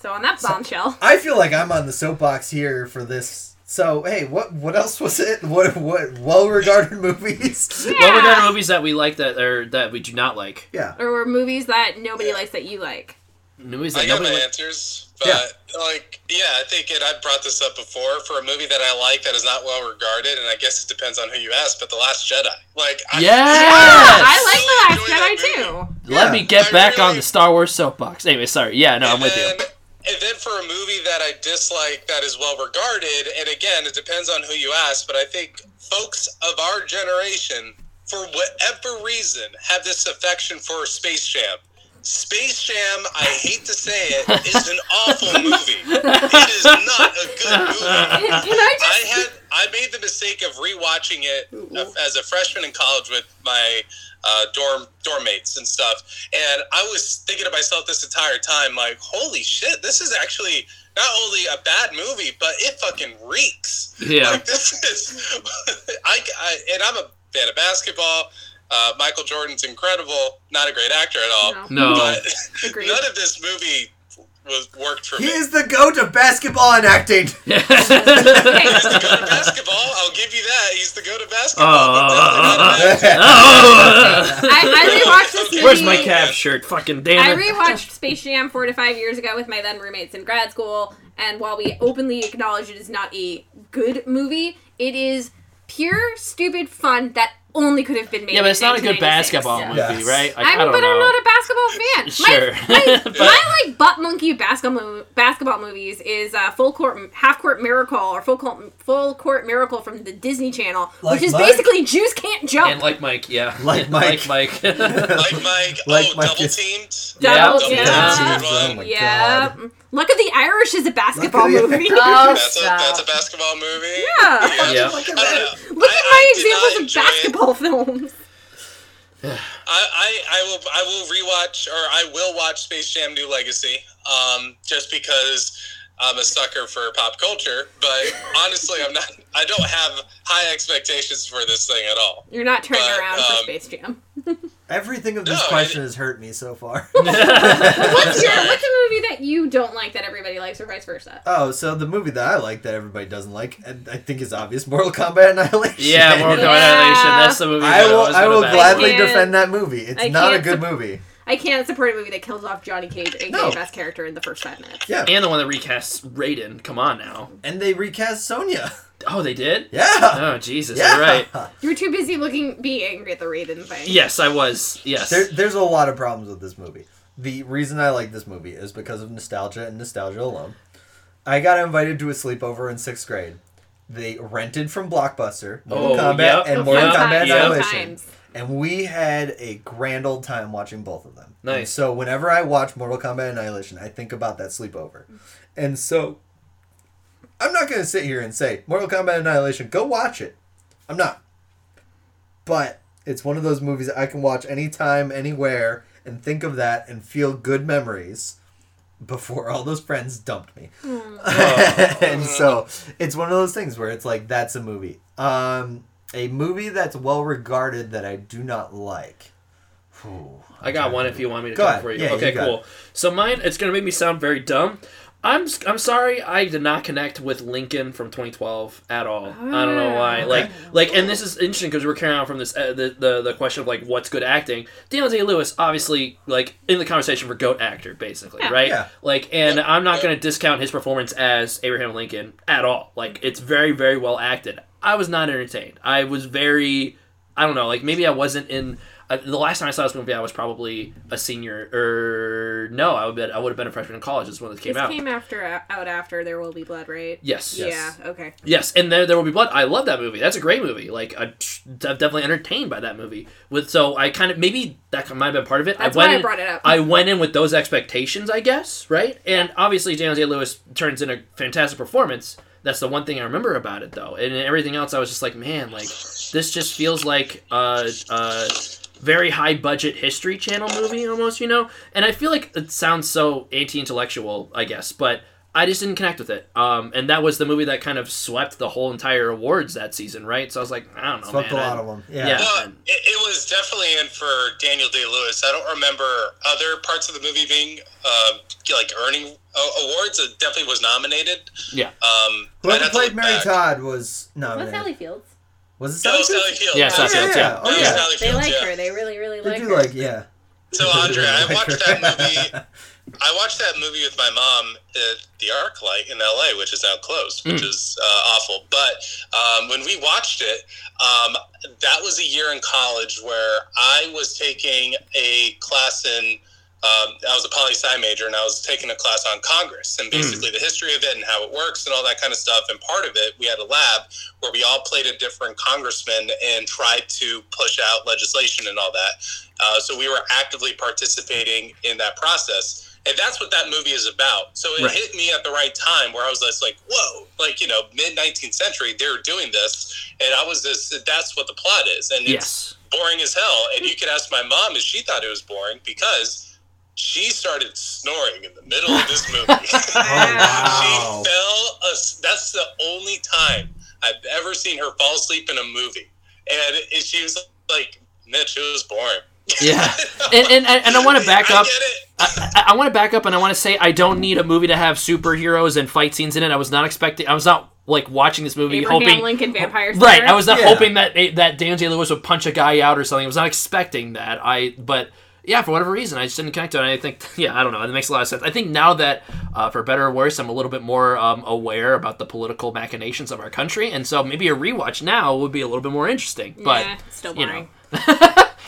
S3: so on that bombshell,
S1: I feel like I'm on the soapbox here for this. So hey, what what else was it? What what well-regarded movies?
S3: Yeah.
S2: Well, we're doing movies that we like that are that we do not like.
S1: Yeah.
S3: there were movies that nobody likes that you like.
S2: Movies that
S4: I got my
S2: nobody li-
S4: answers, but
S1: Yeah.
S4: like, yeah, I think it. I brought this up before for a movie that I like that is not well regarded, and I guess it depends on who you ask. But The Last Jedi, like, I,
S2: Yes!
S3: I like The
S4: Really
S3: Last
S4: enjoy that
S3: Jedi too.
S2: Let
S1: Yeah.
S2: me get
S4: I
S2: back on
S4: really-
S2: the Star Wars soapbox. Anyway, sorry. Yeah, no, I'm with you.
S4: And then for a movie that I dislike that is well regarded, and again, it depends on who you ask, but I think folks of our generation, for whatever reason, have this affection for Space Jam. Space Jam, I hate to say it, is an awful movie. It is not a good movie.
S3: Can I
S4: I
S3: just?
S4: had I made the mistake of rewatching it uh, as a freshman in college with my uh, dorm dorm mates and stuff, and I was thinking to myself this entire time, like, holy shit, this is actually not only a bad movie, but it fucking reeks.
S2: Yeah.
S4: like, this is. I, I and I'm a fan of basketball. Uh, Michael Jordan's incredible. Not a great actor at all.
S2: No.
S4: But
S3: Agreed.
S4: none of this movie was worked for
S1: He
S4: me.
S1: is the goat of basketball and acting.
S3: Okay.
S4: He's the goat of basketball. I'll give you that. He's the goat of basketball. but definitely not a bad
S2: Oh,
S1: uh,
S2: oh, oh.
S3: I, I rewatched this movie.
S2: Where's my calf shirt? Fucking
S3: I
S2: damn it.
S3: rewatched Space Jam four to five years ago with my then roommates in grad school, and while we openly acknowledge it is not a good movie, it is pure stupid fun that only could have been made.
S2: Yeah, but it's
S3: in
S2: not a good
S3: 1996.
S2: basketball
S5: Yeah.
S2: movie,
S1: Yes.
S2: right? Like,
S3: I'm,
S2: I don't
S3: but
S2: know.
S3: I'm not a basketball fan.
S2: Sure.
S3: My, my,
S2: But-
S3: my like butt monkey basketball basketball movies is uh, full court half court miracle or full court full court miracle from the Disney Channel,
S1: Like
S3: which is
S1: Mike?
S3: basically Jews can't jump.
S2: and like Mike, yeah,
S1: Like Mike.
S2: like Mike.
S4: Like Mike.
S1: Like
S4: oh,
S1: Mike
S4: double
S1: is-
S4: teamed.
S3: Double
S2: Yeah.
S1: Double
S3: Uh,
S1: teams,
S4: Yeah.
S1: oh my
S3: yeah,
S1: God.
S3: look at the Irish is a basketball
S1: the-
S3: movie.
S5: Oh,
S4: That's a, that's a
S5: stop.
S4: basketball movie.
S3: Yeah.
S2: Yeah.
S1: Look at
S4: I
S1: that.
S4: don't know.
S3: Look
S4: I-
S3: at my
S4: I did
S3: examples
S4: not enjoy
S3: of
S4: it.
S3: basketball films.
S4: I, I, I will I will rewatch or I will watch Space Jam: New Legacy, um, just because I'm a sucker for pop culture. But honestly, I'm not. I don't have high expectations for this thing at all.
S3: You're not turning
S4: But,
S3: around
S4: um,
S3: for Space Jam.
S1: Everything of this
S4: No,
S1: question
S4: it-
S1: has hurt me so far.
S3: What's your what's a movie that you don't like that everybody likes, or vice versa?
S1: oh, so the movie that I like that everybody doesn't like, and I think is obvious: Mortal Kombat Annihilation.
S2: yeah, Mortal Kombat
S3: Yeah.
S2: Annihilation. That's the movie.
S1: I
S2: that
S1: will.
S2: was
S1: I
S2: gonna
S1: will
S2: back.
S1: gladly
S3: I can't-
S1: defend that movie. It's
S3: I
S1: not a
S3: can't
S1: good
S3: sup-
S1: movie.
S3: I can't support a movie that kills off Johnny Cage, aka
S1: No.
S3: best character, in the first five minutes.
S1: Yeah,
S2: And the one that recasts Raiden. Come on now.
S1: and they recast Sonya.
S2: Oh, they did.
S1: Yeah.
S2: Oh Jesus,
S1: Yeah.
S2: you're right.
S3: You were too busy looking, be angry at the Raiden thing.
S2: Yes, I was. Yes.
S1: There, there's a lot of problems with this movie. The reason I like this movie is because of nostalgia and nostalgia alone. I got invited to a sleepover in sixth grade. They rented from Blockbuster Mortal
S2: Oh,
S1: Kombat
S2: yep,
S1: and
S2: yep,
S1: Mortal
S2: yep.
S1: Kombat
S2: Yep.
S1: Annihilation.
S3: Times.
S1: And we had a grand old time watching both of them.
S2: Nice.
S1: And so whenever I watch Mortal Kombat Annihilation, I think about that sleepover. And so I'm not going to sit here and say, Mortal Kombat Annihilation, go watch it. I'm not. But it's one of those movies I can watch anytime, anywhere, and think of that and feel good memories before all those friends dumped me.
S4: Uh.
S1: and so it's one of those things where it's like that's a movie. Um a movie that's well regarded that I do not like. Whew.
S2: I got one if you want me to
S1: Go
S2: go
S1: ahead.
S2: for you.
S1: Yeah, you
S2: okay,
S1: got
S2: cool. So mine, it's gonna make me sound very dumb. I'm s- I'm sorry, I did not connect with Lincoln from 2012 at all. I don't know why. Like like, and this is interesting because we're carrying on from this uh, the, the the question of like what's good acting. Daniel Day Lewis, obviously, like in the conversation for goat actor, basically,
S3: Yeah.
S2: right?
S1: Yeah.
S2: Like, and I'm not gonna discount his performance as Abraham Lincoln at all. Like, it's very very well acted. I was not entertained. I was very I don't know, like maybe I wasn't in. Uh, the last time I saw this movie, I was probably a senior, or no, I would been, I would have been a freshman in college. Is when this came
S3: This
S2: out.
S3: came after uh, out after There Will Be Blood, right?
S2: yes,
S1: Yes.
S3: Yeah. Okay.
S2: yes, and there, there will be blood. I love that movie. That's a great movie. Like I, I'm definitely entertained by that movie. With so I kind of maybe that might have been part of it. I
S3: That's
S2: went
S3: why I
S2: in-
S3: brought it up.
S2: I went in with those expectations, I guess, right? And obviously, Daniel Day Lewis turns in a fantastic performance. That's the one thing I remember about it, though. And everything else, I was just like, man, like this just feels like a, a very high budget History Channel movie almost, you know. And I feel like it sounds so anti-intellectual, I guess, but I just didn't connect with it. Um, and that was the movie that kind of swept the whole entire awards that season, right? So I was like, I don't know,
S1: Fucked a
S2: Oh, man. I-
S1: lot of them. Yeah.
S2: yeah.
S4: Well, it, it was definitely in for Daniel Day Lewis. I don't remember other parts of the movie being uh, like earning a- awards. It definitely was nominated.
S2: Yeah.
S4: Um, I'd
S1: Whoever
S4: have to
S1: played
S4: look
S1: Mary
S4: back.
S1: Todd was no
S3: What's Sally Fields?
S1: was it
S4: That
S1: Sally
S4: was Sally
S1: Fields?
S4: Fields.
S2: Yeah, Sally Fields, yeah.
S1: Oh
S4: That was
S1: yeah.
S4: Sally
S3: They
S4: Fields,
S3: like
S4: yeah.
S3: her. They really, really
S1: They
S3: like
S1: do
S3: her.
S1: like yeah.
S4: So Andre, I watched that movie. I watched that movie with my mom at the ArcLight in LA, which is now closed, which is uh, awful. But um, when we watched it, um, that was a year in college where I was taking a class in. Um, I was a poli sci major, and I was taking a class on Congress and basically the history of it and how it works and all that kind of stuff. And part of it, we had a lab where we all played a different congressman and tried to push out legislation and all that. Uh, so we were actively participating in that process. And that's what that movie is about. So it
S2: Right.
S4: hit me at the right time where I was just like, whoa, like, you know, mid 19th century, they were doing this. And I was this, that's what the plot is. And
S2: Yes.
S4: it's boring as hell. And you could ask my mom if she thought it was boring because she started snoring in the middle of this movie.
S1: Oh wow.
S4: She fell. As- that's the only time I've ever seen her fall asleep in a movie, and it, she was like, "Mitch, it was boring."
S2: Yeah. And and, and, and I want to back
S4: I
S2: up.
S4: get it.
S2: I, I- I want to back up and I want to say I don't need a movie to have superheroes and fight scenes in it. I was not expecting. I was not like watching this movie
S3: Abraham
S2: hoping.
S3: Lincoln Vampire.
S2: Right,
S3: Slayer.
S2: I was not eh,
S1: Yeah.
S2: hoping that that Daniel Day Lewis would punch a guy out or something. I was not expecting that. I but yeah, for whatever reason, I just didn't connect to it. And I think, yeah, I don't know. It makes a lot of sense. I think now that, uh, for better or worse, I'm a little bit more um, aware about the political machinations of our country, and so maybe a rewatch now would be a little bit more interesting. But
S3: yeah, it's still
S2: you
S3: boring.
S2: know,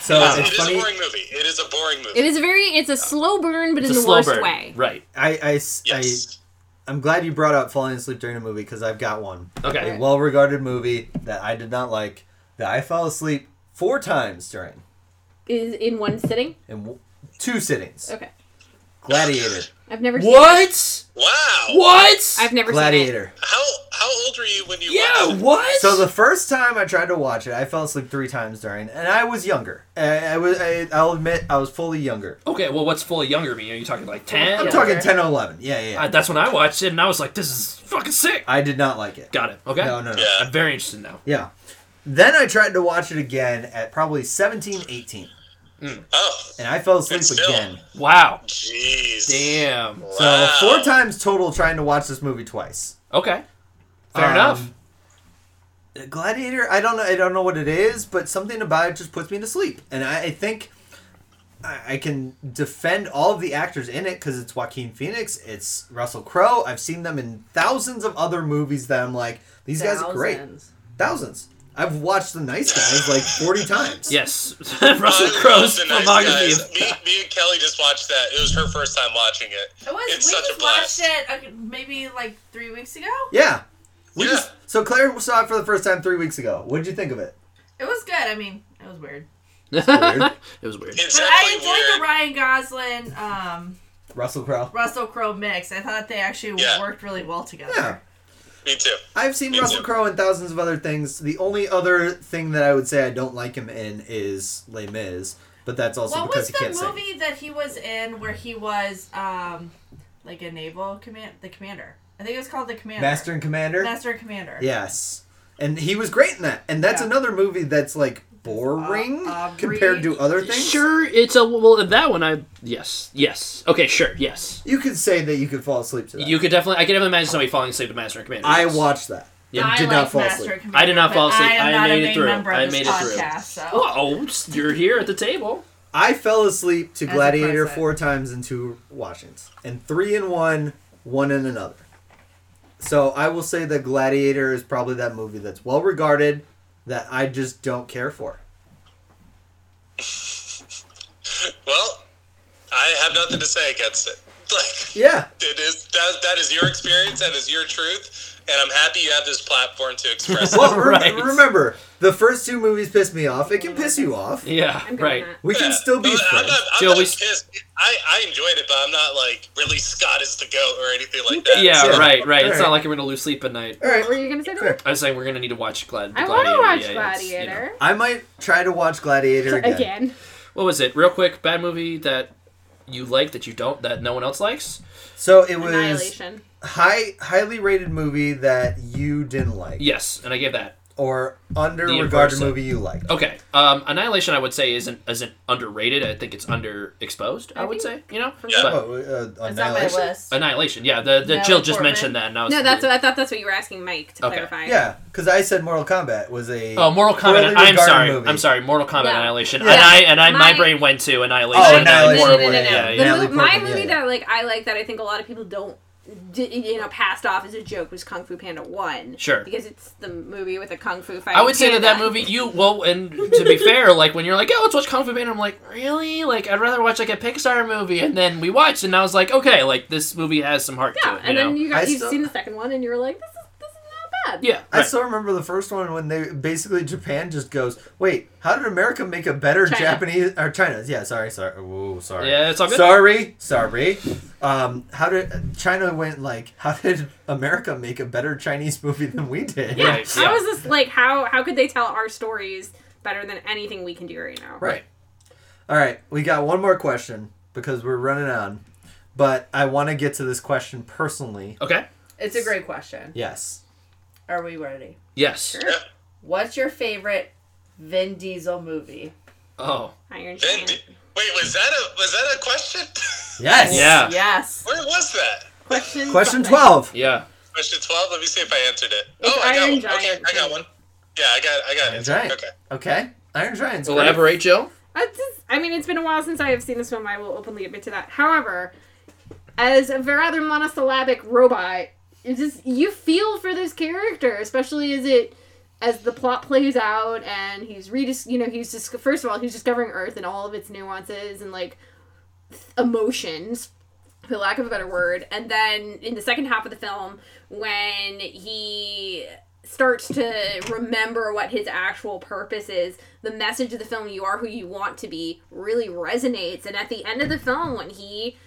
S1: So
S4: It
S1: it's
S4: is a
S1: funny.
S4: boring movie. It is a boring movie.
S3: It is very. It's a slow burn, but
S2: it's
S3: in
S2: a
S3: the
S2: slow
S3: worst
S2: burn,
S3: way.
S2: right?
S1: I, I s-
S4: Yes.
S1: I, am glad you brought up falling asleep during a movie because I've got one.
S2: Okay.
S1: A well regarded movie that I did not like that I fell asleep four times during
S3: Is in one sitting.
S1: in w- two sittings.
S3: Okay,
S1: Gladiator.
S3: I've never. Seen it.
S2: What?
S4: Wow.
S2: What?
S3: I've never seen it.
S1: Gladiator.
S4: How how old were you when you
S2: yeah.
S4: watched it?
S2: What?
S1: So the first time I tried to watch it, I fell asleep three times during, and I was younger. I, I was. I, I'll admit, I was fully younger.
S2: okay. Well, what's fully younger mean? Are you talking like ten?
S1: I'm
S2: or-
S1: talking 10 or 11. Yeah, yeah. yeah.
S2: Uh, that's when I watched it, and I was like, "This is fucking sick."
S1: I did not like it.
S2: Got it. Okay.
S1: No, no, no.
S4: Yeah.
S2: I'm very interested now.
S1: Yeah. Then I tried to watch it again at probably 17, 18,
S4: Oh,
S1: and I fell asleep
S4: It's still-
S1: again.
S2: Wow.
S4: jeez.
S2: Damn.
S1: So
S4: Wow.
S1: four times total trying to watch this movie twice.
S2: Okay. Fair
S1: Um,
S2: enough.
S1: Gladiator, I don't know, I don't know what it is, but something about it just puts me to sleep, and I, I think I, I can defend all of the actors in it because it's Joaquin Phoenix, it's Russell Crowe. I've seen them in thousands of other movies that I'm like, these guys are great.
S5: Thousands.
S1: Thousands. I've watched The Nice Guys like forty times.
S2: Yes.
S4: I
S2: Russell
S4: love
S2: Crowe's
S4: The Uh, Nice
S2: filmography.
S4: Guys. me, me and Kelly just watched that. It was her first time watching it.
S5: It was.
S4: It's
S5: we
S4: such
S5: just
S4: a blast.
S5: watched it uh, maybe like three weeks ago.
S1: Yeah. We
S4: Yeah.
S1: just so Claire saw it for the first time three weeks ago. What'd you think of it?
S5: It was good. I mean, it was weird,
S1: weird.
S2: it was weird.
S4: It's
S5: but I
S4: definitely
S5: enjoyed the
S4: weird.
S5: Ryan Gosling, um,
S1: Russell Crowe.
S5: Russell Crowe mix. I thought they actually
S4: Yeah.
S5: worked really well together.
S1: Yeah.
S4: Me too.
S1: I've seen
S4: Me
S1: Russell
S4: too.
S1: Crowe in thousands of other things. The only other thing that I would say I don't like him in is Les Mis, but that's also
S5: What
S1: because
S5: was
S1: he
S5: the
S1: can't
S5: movie
S1: sing.
S5: that he was in where he was um, like a naval command, the commander? I think it was called the commander.
S1: Master and Commander.
S5: Master and commander.
S1: Yes, and he was great in that. And that's
S5: Yeah.
S1: another movie that's like boring
S5: Au- Aubrey.
S1: compared to other things.
S2: Sure, it's a well. That one, I yes, yes. Okay, sure, yes.
S1: you could say that you could fall asleep to that.
S2: You could definitely. I could imagine somebody falling asleep to Master and Commander.
S1: I
S2: yes.
S1: watched that.
S2: Yeah.
S1: and
S5: I
S1: did
S5: like
S1: not fall
S5: Master
S1: asleep.
S5: and Commander,
S2: I did not
S5: but
S2: fall asleep.
S5: I, am
S2: I
S5: not
S2: made
S5: a
S2: it
S5: main
S2: through.
S5: member of
S2: I
S5: this
S2: made it through.
S5: podcast, So.
S2: Whoa, you're here at the table.
S1: I fell asleep to
S5: a
S1: Gladiator
S5: person.
S1: four times in two watchings, and three in one, one in another. So I will say that Gladiator is probably that movie that's well regarded that I just don't care for.
S4: Well, I have nothing to say against it. Like
S1: Yeah,
S4: it is that that is your experience. That is your truth. And I'm happy you have this platform to express it.
S1: well, rem-
S2: Right.
S1: remember the first two movies pissed me off. It can piss you off.
S2: Yeah,
S3: I'm good
S2: right.
S3: with
S1: We can
S4: Yeah.
S1: still be
S4: No, I'm
S1: friends.
S4: not, I'm
S2: Still,
S4: not
S2: we-
S4: pissed. I, I enjoyed it, but I'm not like really Scott is the goat or anything like that.
S2: Yeah,
S1: Yeah.
S2: right, right. It's
S1: Alright.
S2: not like we're gonna lose sleep at night.
S1: All
S3: that. What were
S1: right,
S3: you gonna say?
S1: Fair.
S3: To
S2: I was saying we're gonna need to watch Glad.
S3: I want
S2: Gladiator.
S3: to watch
S2: yeah, it's, you know.
S3: Gladiator
S1: I might try to watch Gladiator again.
S3: again.
S2: What was it? Real quick, bad movie that you like that you don't that no one else likes.
S1: So it was
S3: Annihilation.
S1: high, highly rated movie that you didn't like,
S2: Yes, and I gave that.
S1: or under
S2: The
S1: regarded
S2: Inversa.
S1: movie you liked.
S2: Okay, um, Annihilation I would say isn't isn't underrated. I think it's underexposed. I,
S3: I
S2: would say
S3: think-
S2: you know.
S4: Yeah.
S2: But-
S1: Oh, uh,
S5: It's on my
S1: Annihilation?
S5: list.
S2: Annihilation. Yeah, the, the
S5: Natalie
S2: Jill just
S5: Portman.
S2: mentioned that, and I was
S3: No, that's what I thought. That's what you were asking Mike to
S2: Okay.
S3: clarify.
S1: Yeah, because I said Mortal Kombat was a.
S2: Oh, Mortal
S1: poorly
S2: Kombat. I'm
S1: regarded
S2: sorry.
S1: movie.
S2: I'm sorry. Mortal Kombat
S3: Yeah.
S2: Annihilation.
S1: Yeah.
S2: And I and I my,
S3: My-
S2: brain went to Annihilation.
S1: Oh,
S2: and I-
S1: Annihilation.
S3: No, no, no, no, no.
S1: Natalie
S2: Yeah,
S3: The
S2: yeah.
S1: Natalie
S3: mo- my
S1: Portman,
S3: movie
S1: yeah.
S3: that like I like that I think a lot of people don't di- you know passed off as a joke was Kung Fu Panda One.
S2: Sure.
S3: Because it's the movie with a kung fu fight.
S2: I would say that that movie, you well, and to be fair, like when you're like, oh, let's watch Kung Fu Panda, I'm like, really? Like, I'd rather watch like a Pixar movie, and then we watched, and I was like, okay, like this movie has some heart
S3: Yeah,
S2: to it, you
S3: and
S2: know?
S3: then you
S1: I
S3: got you've
S1: still-
S3: seen the second one and you're like, this is this is not bad.
S2: yeah,
S1: I
S2: right.
S1: still remember the first one when they basically Japan just goes, "Wait, how did America make a better
S3: China.
S1: Japanese or China?" Yeah, sorry, sorry, Ooh, sorry.
S2: yeah, it's all good.
S1: sorry, sorry. Um, how did China went like? How did America make a better Chinese movie than we did?
S2: Yeah.
S3: Yeah. How is this like how how could they tell our stories better than anything we can do right now?
S1: Right. All right, we got one more question because we're running on, but I want to get to this question personally.
S2: Okay.
S5: It's a great question.
S1: Yes.
S5: Are we ready?
S2: Yes.
S5: What's your favorite Vin Diesel movie?
S2: Oh.
S3: Iron
S4: Then,
S3: Giant.
S4: d- wait, was that a was that a question?
S1: Yes.
S2: Yeah.
S5: Yes.
S4: Where was that?
S3: Question.
S1: Question
S3: something.
S1: twelve.
S2: Yeah.
S4: Question twelve. Let me see if I answered it.
S3: It's
S4: oh, I got
S3: Iron
S4: one.
S3: Giant.
S4: Okay, I got one. Yeah, I got I got
S1: Iron
S4: it.
S1: Giant.
S4: Okay.
S1: Okay. Iron Giant's great.
S2: Elaborate, Joe.
S3: That's just- I mean, it's been a while since I have seen this film. I will openly admit to that. However, as a rather monosyllabic robot, it just you feel for this character, especially as it as the plot plays out and he's redis you know he's just first of all he's discovering Earth and all of its nuances and like emotions for lack of a better word. And then in the second half of the film, when he starts to remember what his actual purpose is, the message of the film, You Are Who You Want to Be, really resonates. And at the end of the film, when he,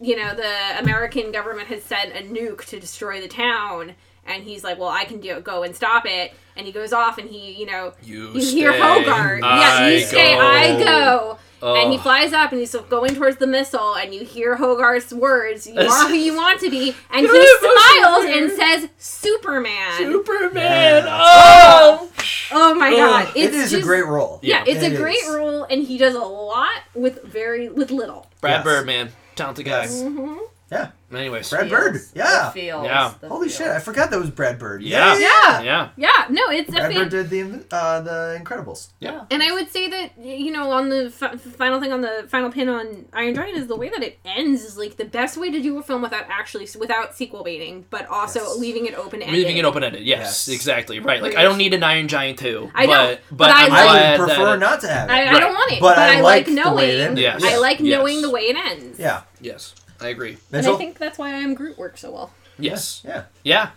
S3: you know, the American government has sent a nuke to destroy the town. And he's like, well, I can do go and stop it. And he goes off, and he, you know,
S2: You
S3: you hear
S2: stay,
S3: Hogart. yeah, you
S2: I
S3: stay,
S2: go.
S3: I go. And he
S2: Ugh.
S3: flies up and he's going towards the missile, and you hear Hogarth's words, You are who you want to be. And he smiles and says, Superman.
S2: Superman.
S1: Yeah.
S2: Oh.
S3: oh my god.
S2: Ugh.
S1: It's
S3: It's
S1: a
S3: just-
S1: great role.
S3: Yeah, it's
S1: It
S3: a great
S1: is.
S3: role, and he does a lot with very with little.
S2: Brad
S1: Yes.
S2: Bird, man, talented guy.
S1: Yes.
S3: hmm
S1: Yeah,
S2: Anyways,
S1: Brad Bird.
S5: Feels.
S1: Yeah.
S5: The feels.
S2: Yeah.
S5: The
S1: Holy
S5: feels.
S1: shit! I forgot that was Brad Bird.
S2: Yeah.
S1: yeah.
S2: yeah,
S3: Yeah, no, it's a
S1: Brad
S3: fan-
S1: Bird did the Invi- uh, the Incredibles.
S2: yeah.
S3: And I would say that you know, on the f- final thing on the final pin on Iron Giant is the way that it ends is like the best way to do a film without actually without sequel baiting, but also
S1: Yes.
S3: leaving it open ended.
S2: Leaving it open ended. Yes,
S1: Yes.
S2: exactly. Right. Like I don't need an Iron Giant two.
S3: I
S2: but,
S3: don't,
S2: But,
S3: but I
S2: I'm
S3: would
S1: I
S2: glad
S1: would
S2: that
S1: prefer
S2: it-
S1: not to have it.
S3: I, I
S2: Right.
S3: don't want it,
S1: But
S3: but, I,
S1: I
S3: like
S1: like the
S3: knowing.
S1: way it ended.
S2: Yes.
S3: I like
S2: Yes.
S3: knowing the way it ends.
S1: Yeah.
S2: Yes, I agree.
S3: and
S1: Mitchell?
S3: I think that's why I am Groot works so well.
S2: Yes.
S1: Yeah.
S2: Yeah.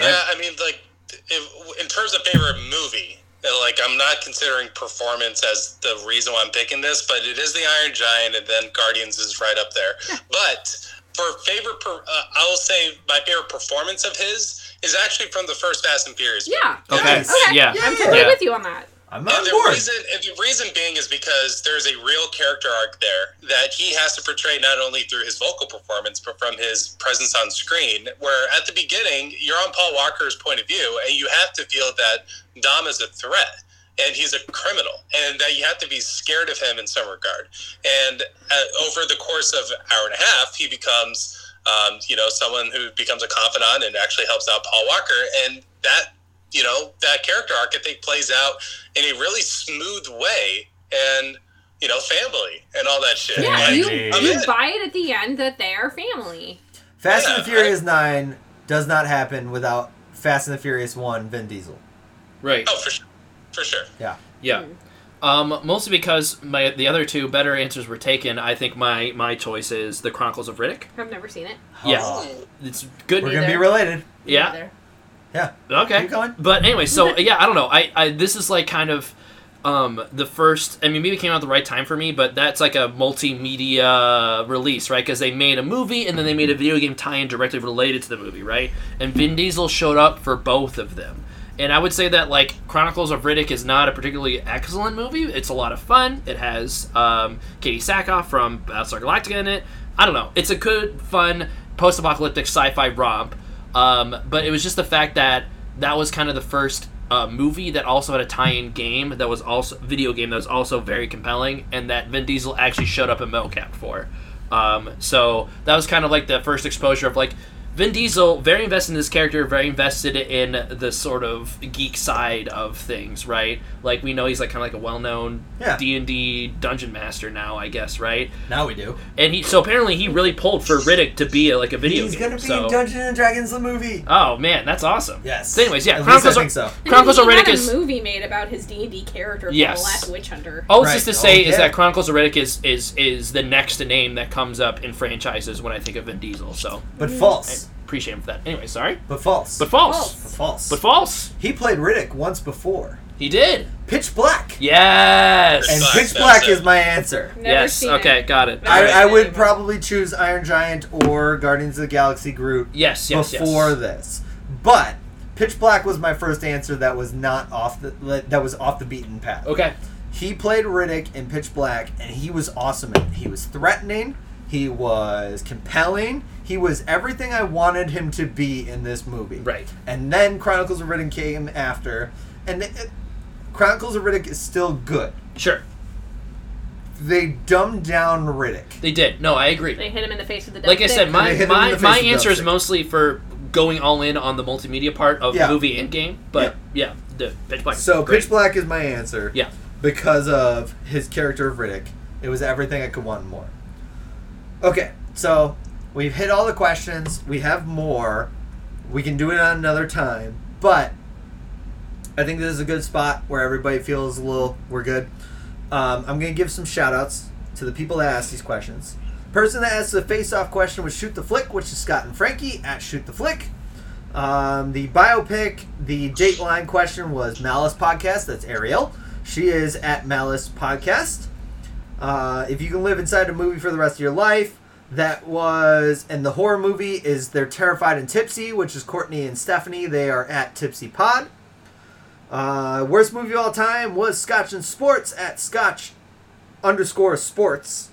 S4: Yeah, I mean, like, if, in terms of favorite movie, like, I'm not considering performance as the reason why I'm picking this, but it is the Iron Giant, and then Guardians is right up there. but for favorite, per, uh, I will say my favorite performance of his is actually from the first Fast and Furious. movie.
S3: Yeah,
S2: Okay.
S1: Nice.
S3: Okay.
S2: Yeah.
S3: I'm
S1: Yeah.
S3: totally
S2: Yeah.
S3: with you on that.
S1: I'm
S4: And
S1: on
S4: the
S1: board.
S4: reason, and the reason being is because there's a real character arc there that he has to portray not only through his vocal performance but from his presence on screen. Where at the beginning, you're on Paul Walker's point of view, and you have to feel that Dom is a threat and he's a criminal, and that you have to be scared of him in some regard. And uh, over the course of an hour and a half, he becomes, um, you know, someone who becomes a confidant and actually helps out Paul Walker, and that. You know, that character arc, I think, plays out in a really smooth way and you know family and all that shit
S3: Yeah,
S4: Like,
S3: you
S1: I'm
S3: you
S4: in.
S3: buy it at the end that they are family.
S1: Fast
S4: Yeah,
S1: and the Furious Nine does not happen without Fast and the Furious One, Vin Diesel.
S2: Right.
S4: oh for sure for sure
S1: Yeah.
S2: Yeah. Um, mostly because my the other two better answers were taken. I think my my choice is the Chronicles of Riddick.
S3: I've never seen it.
S2: Yeah.
S1: Oh.
S2: It's good.
S1: We're
S5: Me
S1: gonna be
S5: there.
S1: related.
S5: Me
S2: Yeah.
S5: neither.
S1: Yeah.
S2: Okay.
S1: Keep going.
S2: But anyway, so yeah, I don't know. I, I this is like kind of um the first. I mean, maybe it came out at the right time for me, but that's like a multimedia release, right? Because they made a movie and then they made a video game tie-in directly related to the movie, right? And Vin Diesel showed up for both of them. And I would say that like Chronicles of Riddick is not a particularly excellent movie. It's a lot of fun. It has um, Katie Sackhoff from Battlestar Galactica in it. I don't know. It's a good, fun post-apocalyptic sci-fi romp. Um, but it was just the fact that that was kind of the first uh, movie that also had a tie-in game that was also video game that was also very compelling, and that Vin Diesel actually showed up in mocap for. Um, so that was kind of like the first exposure of like Vin Diesel, very invested in this character, very invested in the sort of geek side of things, right? Like we know he's like kind of like a well-known
S1: Yeah.
S2: D and D dungeon master now, I guess, right?
S1: Now we do.
S2: And he so apparently he really pulled for Riddick to be like a video
S1: He's
S2: game.
S1: gonna be
S2: so-
S1: in Dungeons and Dragons the movie.
S2: Oh man, that's awesome.
S1: Yes.
S2: So anyways,
S1: At
S2: yeah,
S1: least I
S2: Chronicles
S1: think so.
S2: of, Chronicles
S3: he
S2: of Riddick
S3: had
S2: is
S3: a movie made about his D and D character
S2: Yes.
S3: called The Last Witch Hunter.
S2: All it's
S1: Right.
S2: just to say
S1: Oh,
S2: is
S1: yeah.
S2: that Chronicles of Riddick is, is is the next name that comes up in franchises when I think of Vin Diesel. So
S1: But
S2: I
S1: false.
S2: appreciate him for that. Anyway, sorry,
S1: But false.
S2: but false,
S5: False.
S1: But false.
S2: but false.
S1: he played Riddick once before.
S2: He did.
S1: Pitch Black.
S2: Yes.
S1: And
S4: Black,
S1: Pitch
S4: that's
S1: Black
S4: it.
S1: is my answer.
S3: Never
S2: yes.
S3: seen
S2: Okay.
S3: It.
S2: Got it. All right.
S1: I, I would
S5: Right.
S1: probably choose Iron Giant or Guardians of the Galaxy Groot
S2: yes. Yes.
S1: before
S2: yes.
S1: this. But Pitch Black was my first answer that was not off the that was off the beaten path.
S2: Okay.
S1: He played Riddick in Pitch Black, and he was awesome. in it. He was threatening. He was compelling. He was everything I wanted him to be in this movie.
S2: Right.
S1: And then Chronicles of Riddick came after, and it, Chronicles of Riddick is still good.
S2: Sure.
S1: They dumbed down Riddick.
S2: They did. No, I agree.
S3: They hit him in the face with the.
S2: like I
S3: death
S2: said,
S3: stick.
S1: They
S2: my
S1: hit him in
S2: my,
S1: the
S2: my
S1: face with
S2: answer is
S1: Dubstep.
S2: mostly for going all in on the multimedia part of
S1: Yeah.
S2: movie and game. But yeah, the pitch black.
S1: So
S2: great.
S1: Pitch Black is my answer.
S2: Yeah.
S1: because of his character of Riddick. It was everything I could want and more. Okay, so we've hit all the questions. We have more. We can do it on another time, but I think this is a good spot where everybody feels a little we're good. Um, I'm gonna give some shout outs to the people that asked these questions. Person that asked the face off question was Shoot the Flick, which is Scott and Frankie at Shoot the Flick. Um, the biopic, the Dateline question was Malice Podcast. That's Ariel. She is at Malice Podcast. Uh, if you can live inside a movie for the rest of your life, that was. And the horror movie is They're Terrified and Tipsy, which is Courtney and Stephanie. They are at Tipsy Pod. Uh, worst movie of all time was Scotch and Sports at Scotch underscore sports.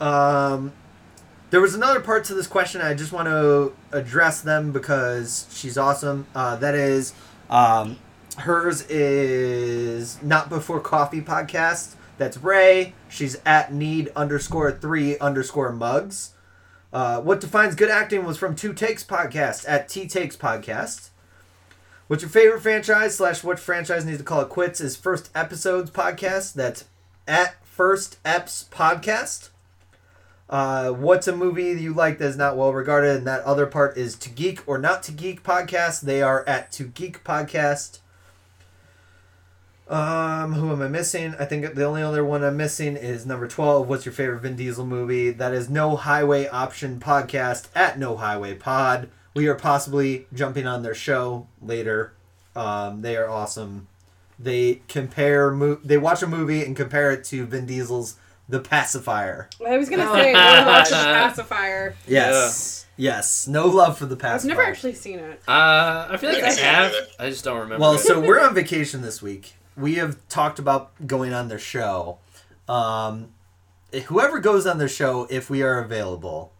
S1: Um, there was another part to this question. I just want to address them because she's awesome. Uh, that is, um, hers is not before coffee podcast. That's Ray. She's at need underscore three underscore mugs. Uh, what defines good acting was from Two Takes podcast at T Takes podcast. What's your favorite franchise slash what franchise needs to call it quits is First Episodes podcast. That's at First Eps podcast. Uh, what's a movie you like that is not well regarded? And that other part is To Geek or Not To Geek podcast. They are at To Geek podcast. Um, who am I missing? I think the only other one I'm missing is number 12. What's your favorite Vin Diesel movie? That is No Highway Option podcast at No Highway Pod. We are possibly jumping on their show later. Um, they are awesome. They compare, mo- they watch a movie and compare it to Vin Diesel's The Pacifier.
S3: I was gonna say, I watched the pacifier.
S1: Yes. Yes. No love for the past.
S3: I've never
S1: part.
S3: actually seen it.
S2: Uh, I feel like I
S4: Yes.
S2: have. I just don't remember.
S1: Well,
S2: it.
S1: so we're on vacation this week. We have talked about going on their show. Um, whoever goes on their show, if we are available,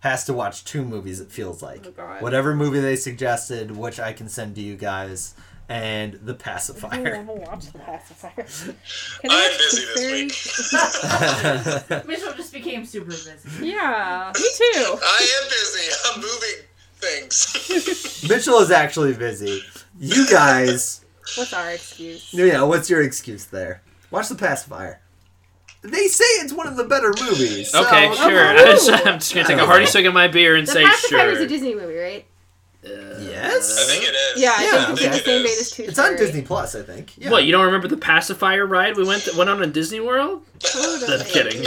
S1: has to watch two movies. It feels like
S3: Oh, God.
S1: whatever movie they suggested, which I can send to you guys, and the pacifier.
S3: watched the pacifier. Can I
S4: I'm
S3: watch
S4: busy
S3: the
S4: this
S3: fairy-
S4: week.
S3: Oh,
S5: Mitchell just became super busy.
S3: Yeah, me too.
S4: I am busy. I'm moving things.
S1: Mitchell is actually busy. You guys,
S3: What's our excuse?
S1: you know, what's your excuse there? Watch the pacifier. They say it's one of the better movies. so-
S2: okay, sure. I
S3: Oh,
S2: just, I'm just gonna take a hearty
S1: no.
S2: swig of my beer and
S3: The
S2: say
S3: pacifier is
S2: sure.
S3: a Disney movie, right?
S1: Yes.
S4: I think it is.
S3: Yeah, I
S1: Yeah,
S3: think
S1: I
S3: it's
S4: think
S3: the same
S4: it
S3: date
S4: is.
S3: as Tooth
S1: It's on
S3: Fairy.
S1: Disney Plus, I think. Yeah.
S2: What you don't remember the pacifier ride we went went on in Disney World?
S3: Totally.
S2: I'm kidding.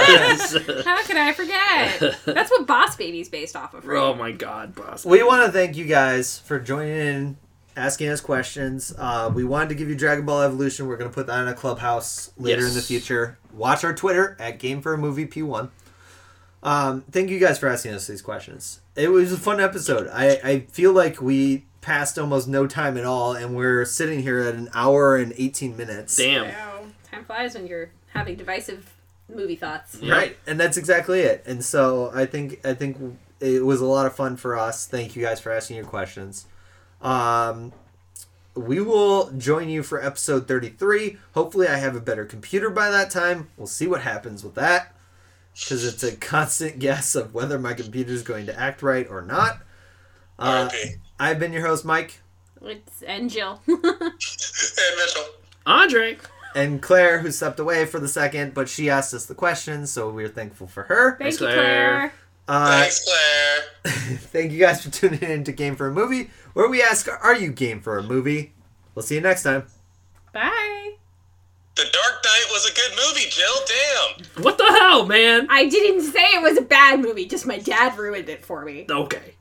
S3: How could I forget? That's what Boss Baby's based off of, right?
S2: oh my God, boss.
S1: We want to thank you guys for joining in, asking us questions. Uh, we wanted to give you Dragon Ball Evolution. We're going to put that in a clubhouse later in the
S2: Yes.
S1: future. Watch our Twitter at Game for a Movie P1. Um, thank you guys for asking us these questions. It was a fun episode. I, I feel like we passed almost no time at all, and we're sitting here at an hour and 18 minutes.
S2: Damn.
S3: Wow. Time flies when you're having divisive movie thoughts.
S2: Yeah.
S1: Right, and that's exactly it. And so I think I think it was a lot of fun for us. Thank you guys for asking your questions. Um, we will join you for episode thirty-three. Hopefully, I have a better computer by that time. We'll see what happens with that because it's a constant guess of whether my computer is going to act right or not. Uh,
S4: RIP.
S1: I've been your host, Mike
S3: It's, and Jill.
S4: Hey, Mitchell.
S2: Andre.
S1: and Claire, who stepped away for the second, but she asked us the questions, so we're thankful for her.
S3: Thank you,
S2: Claire.
S3: Claire.
S1: Uh,
S4: Thanks, Claire.
S1: Thank you guys for tuning in to Game for a Movie, where we ask, Are you game for a movie? We'll see you next time.
S3: Bye.
S4: The Dark Knight was a good movie, Jill. Damn.
S2: What the hell, man?
S3: I didn't say it was a bad movie, just my dad ruined it for me.
S2: Okay.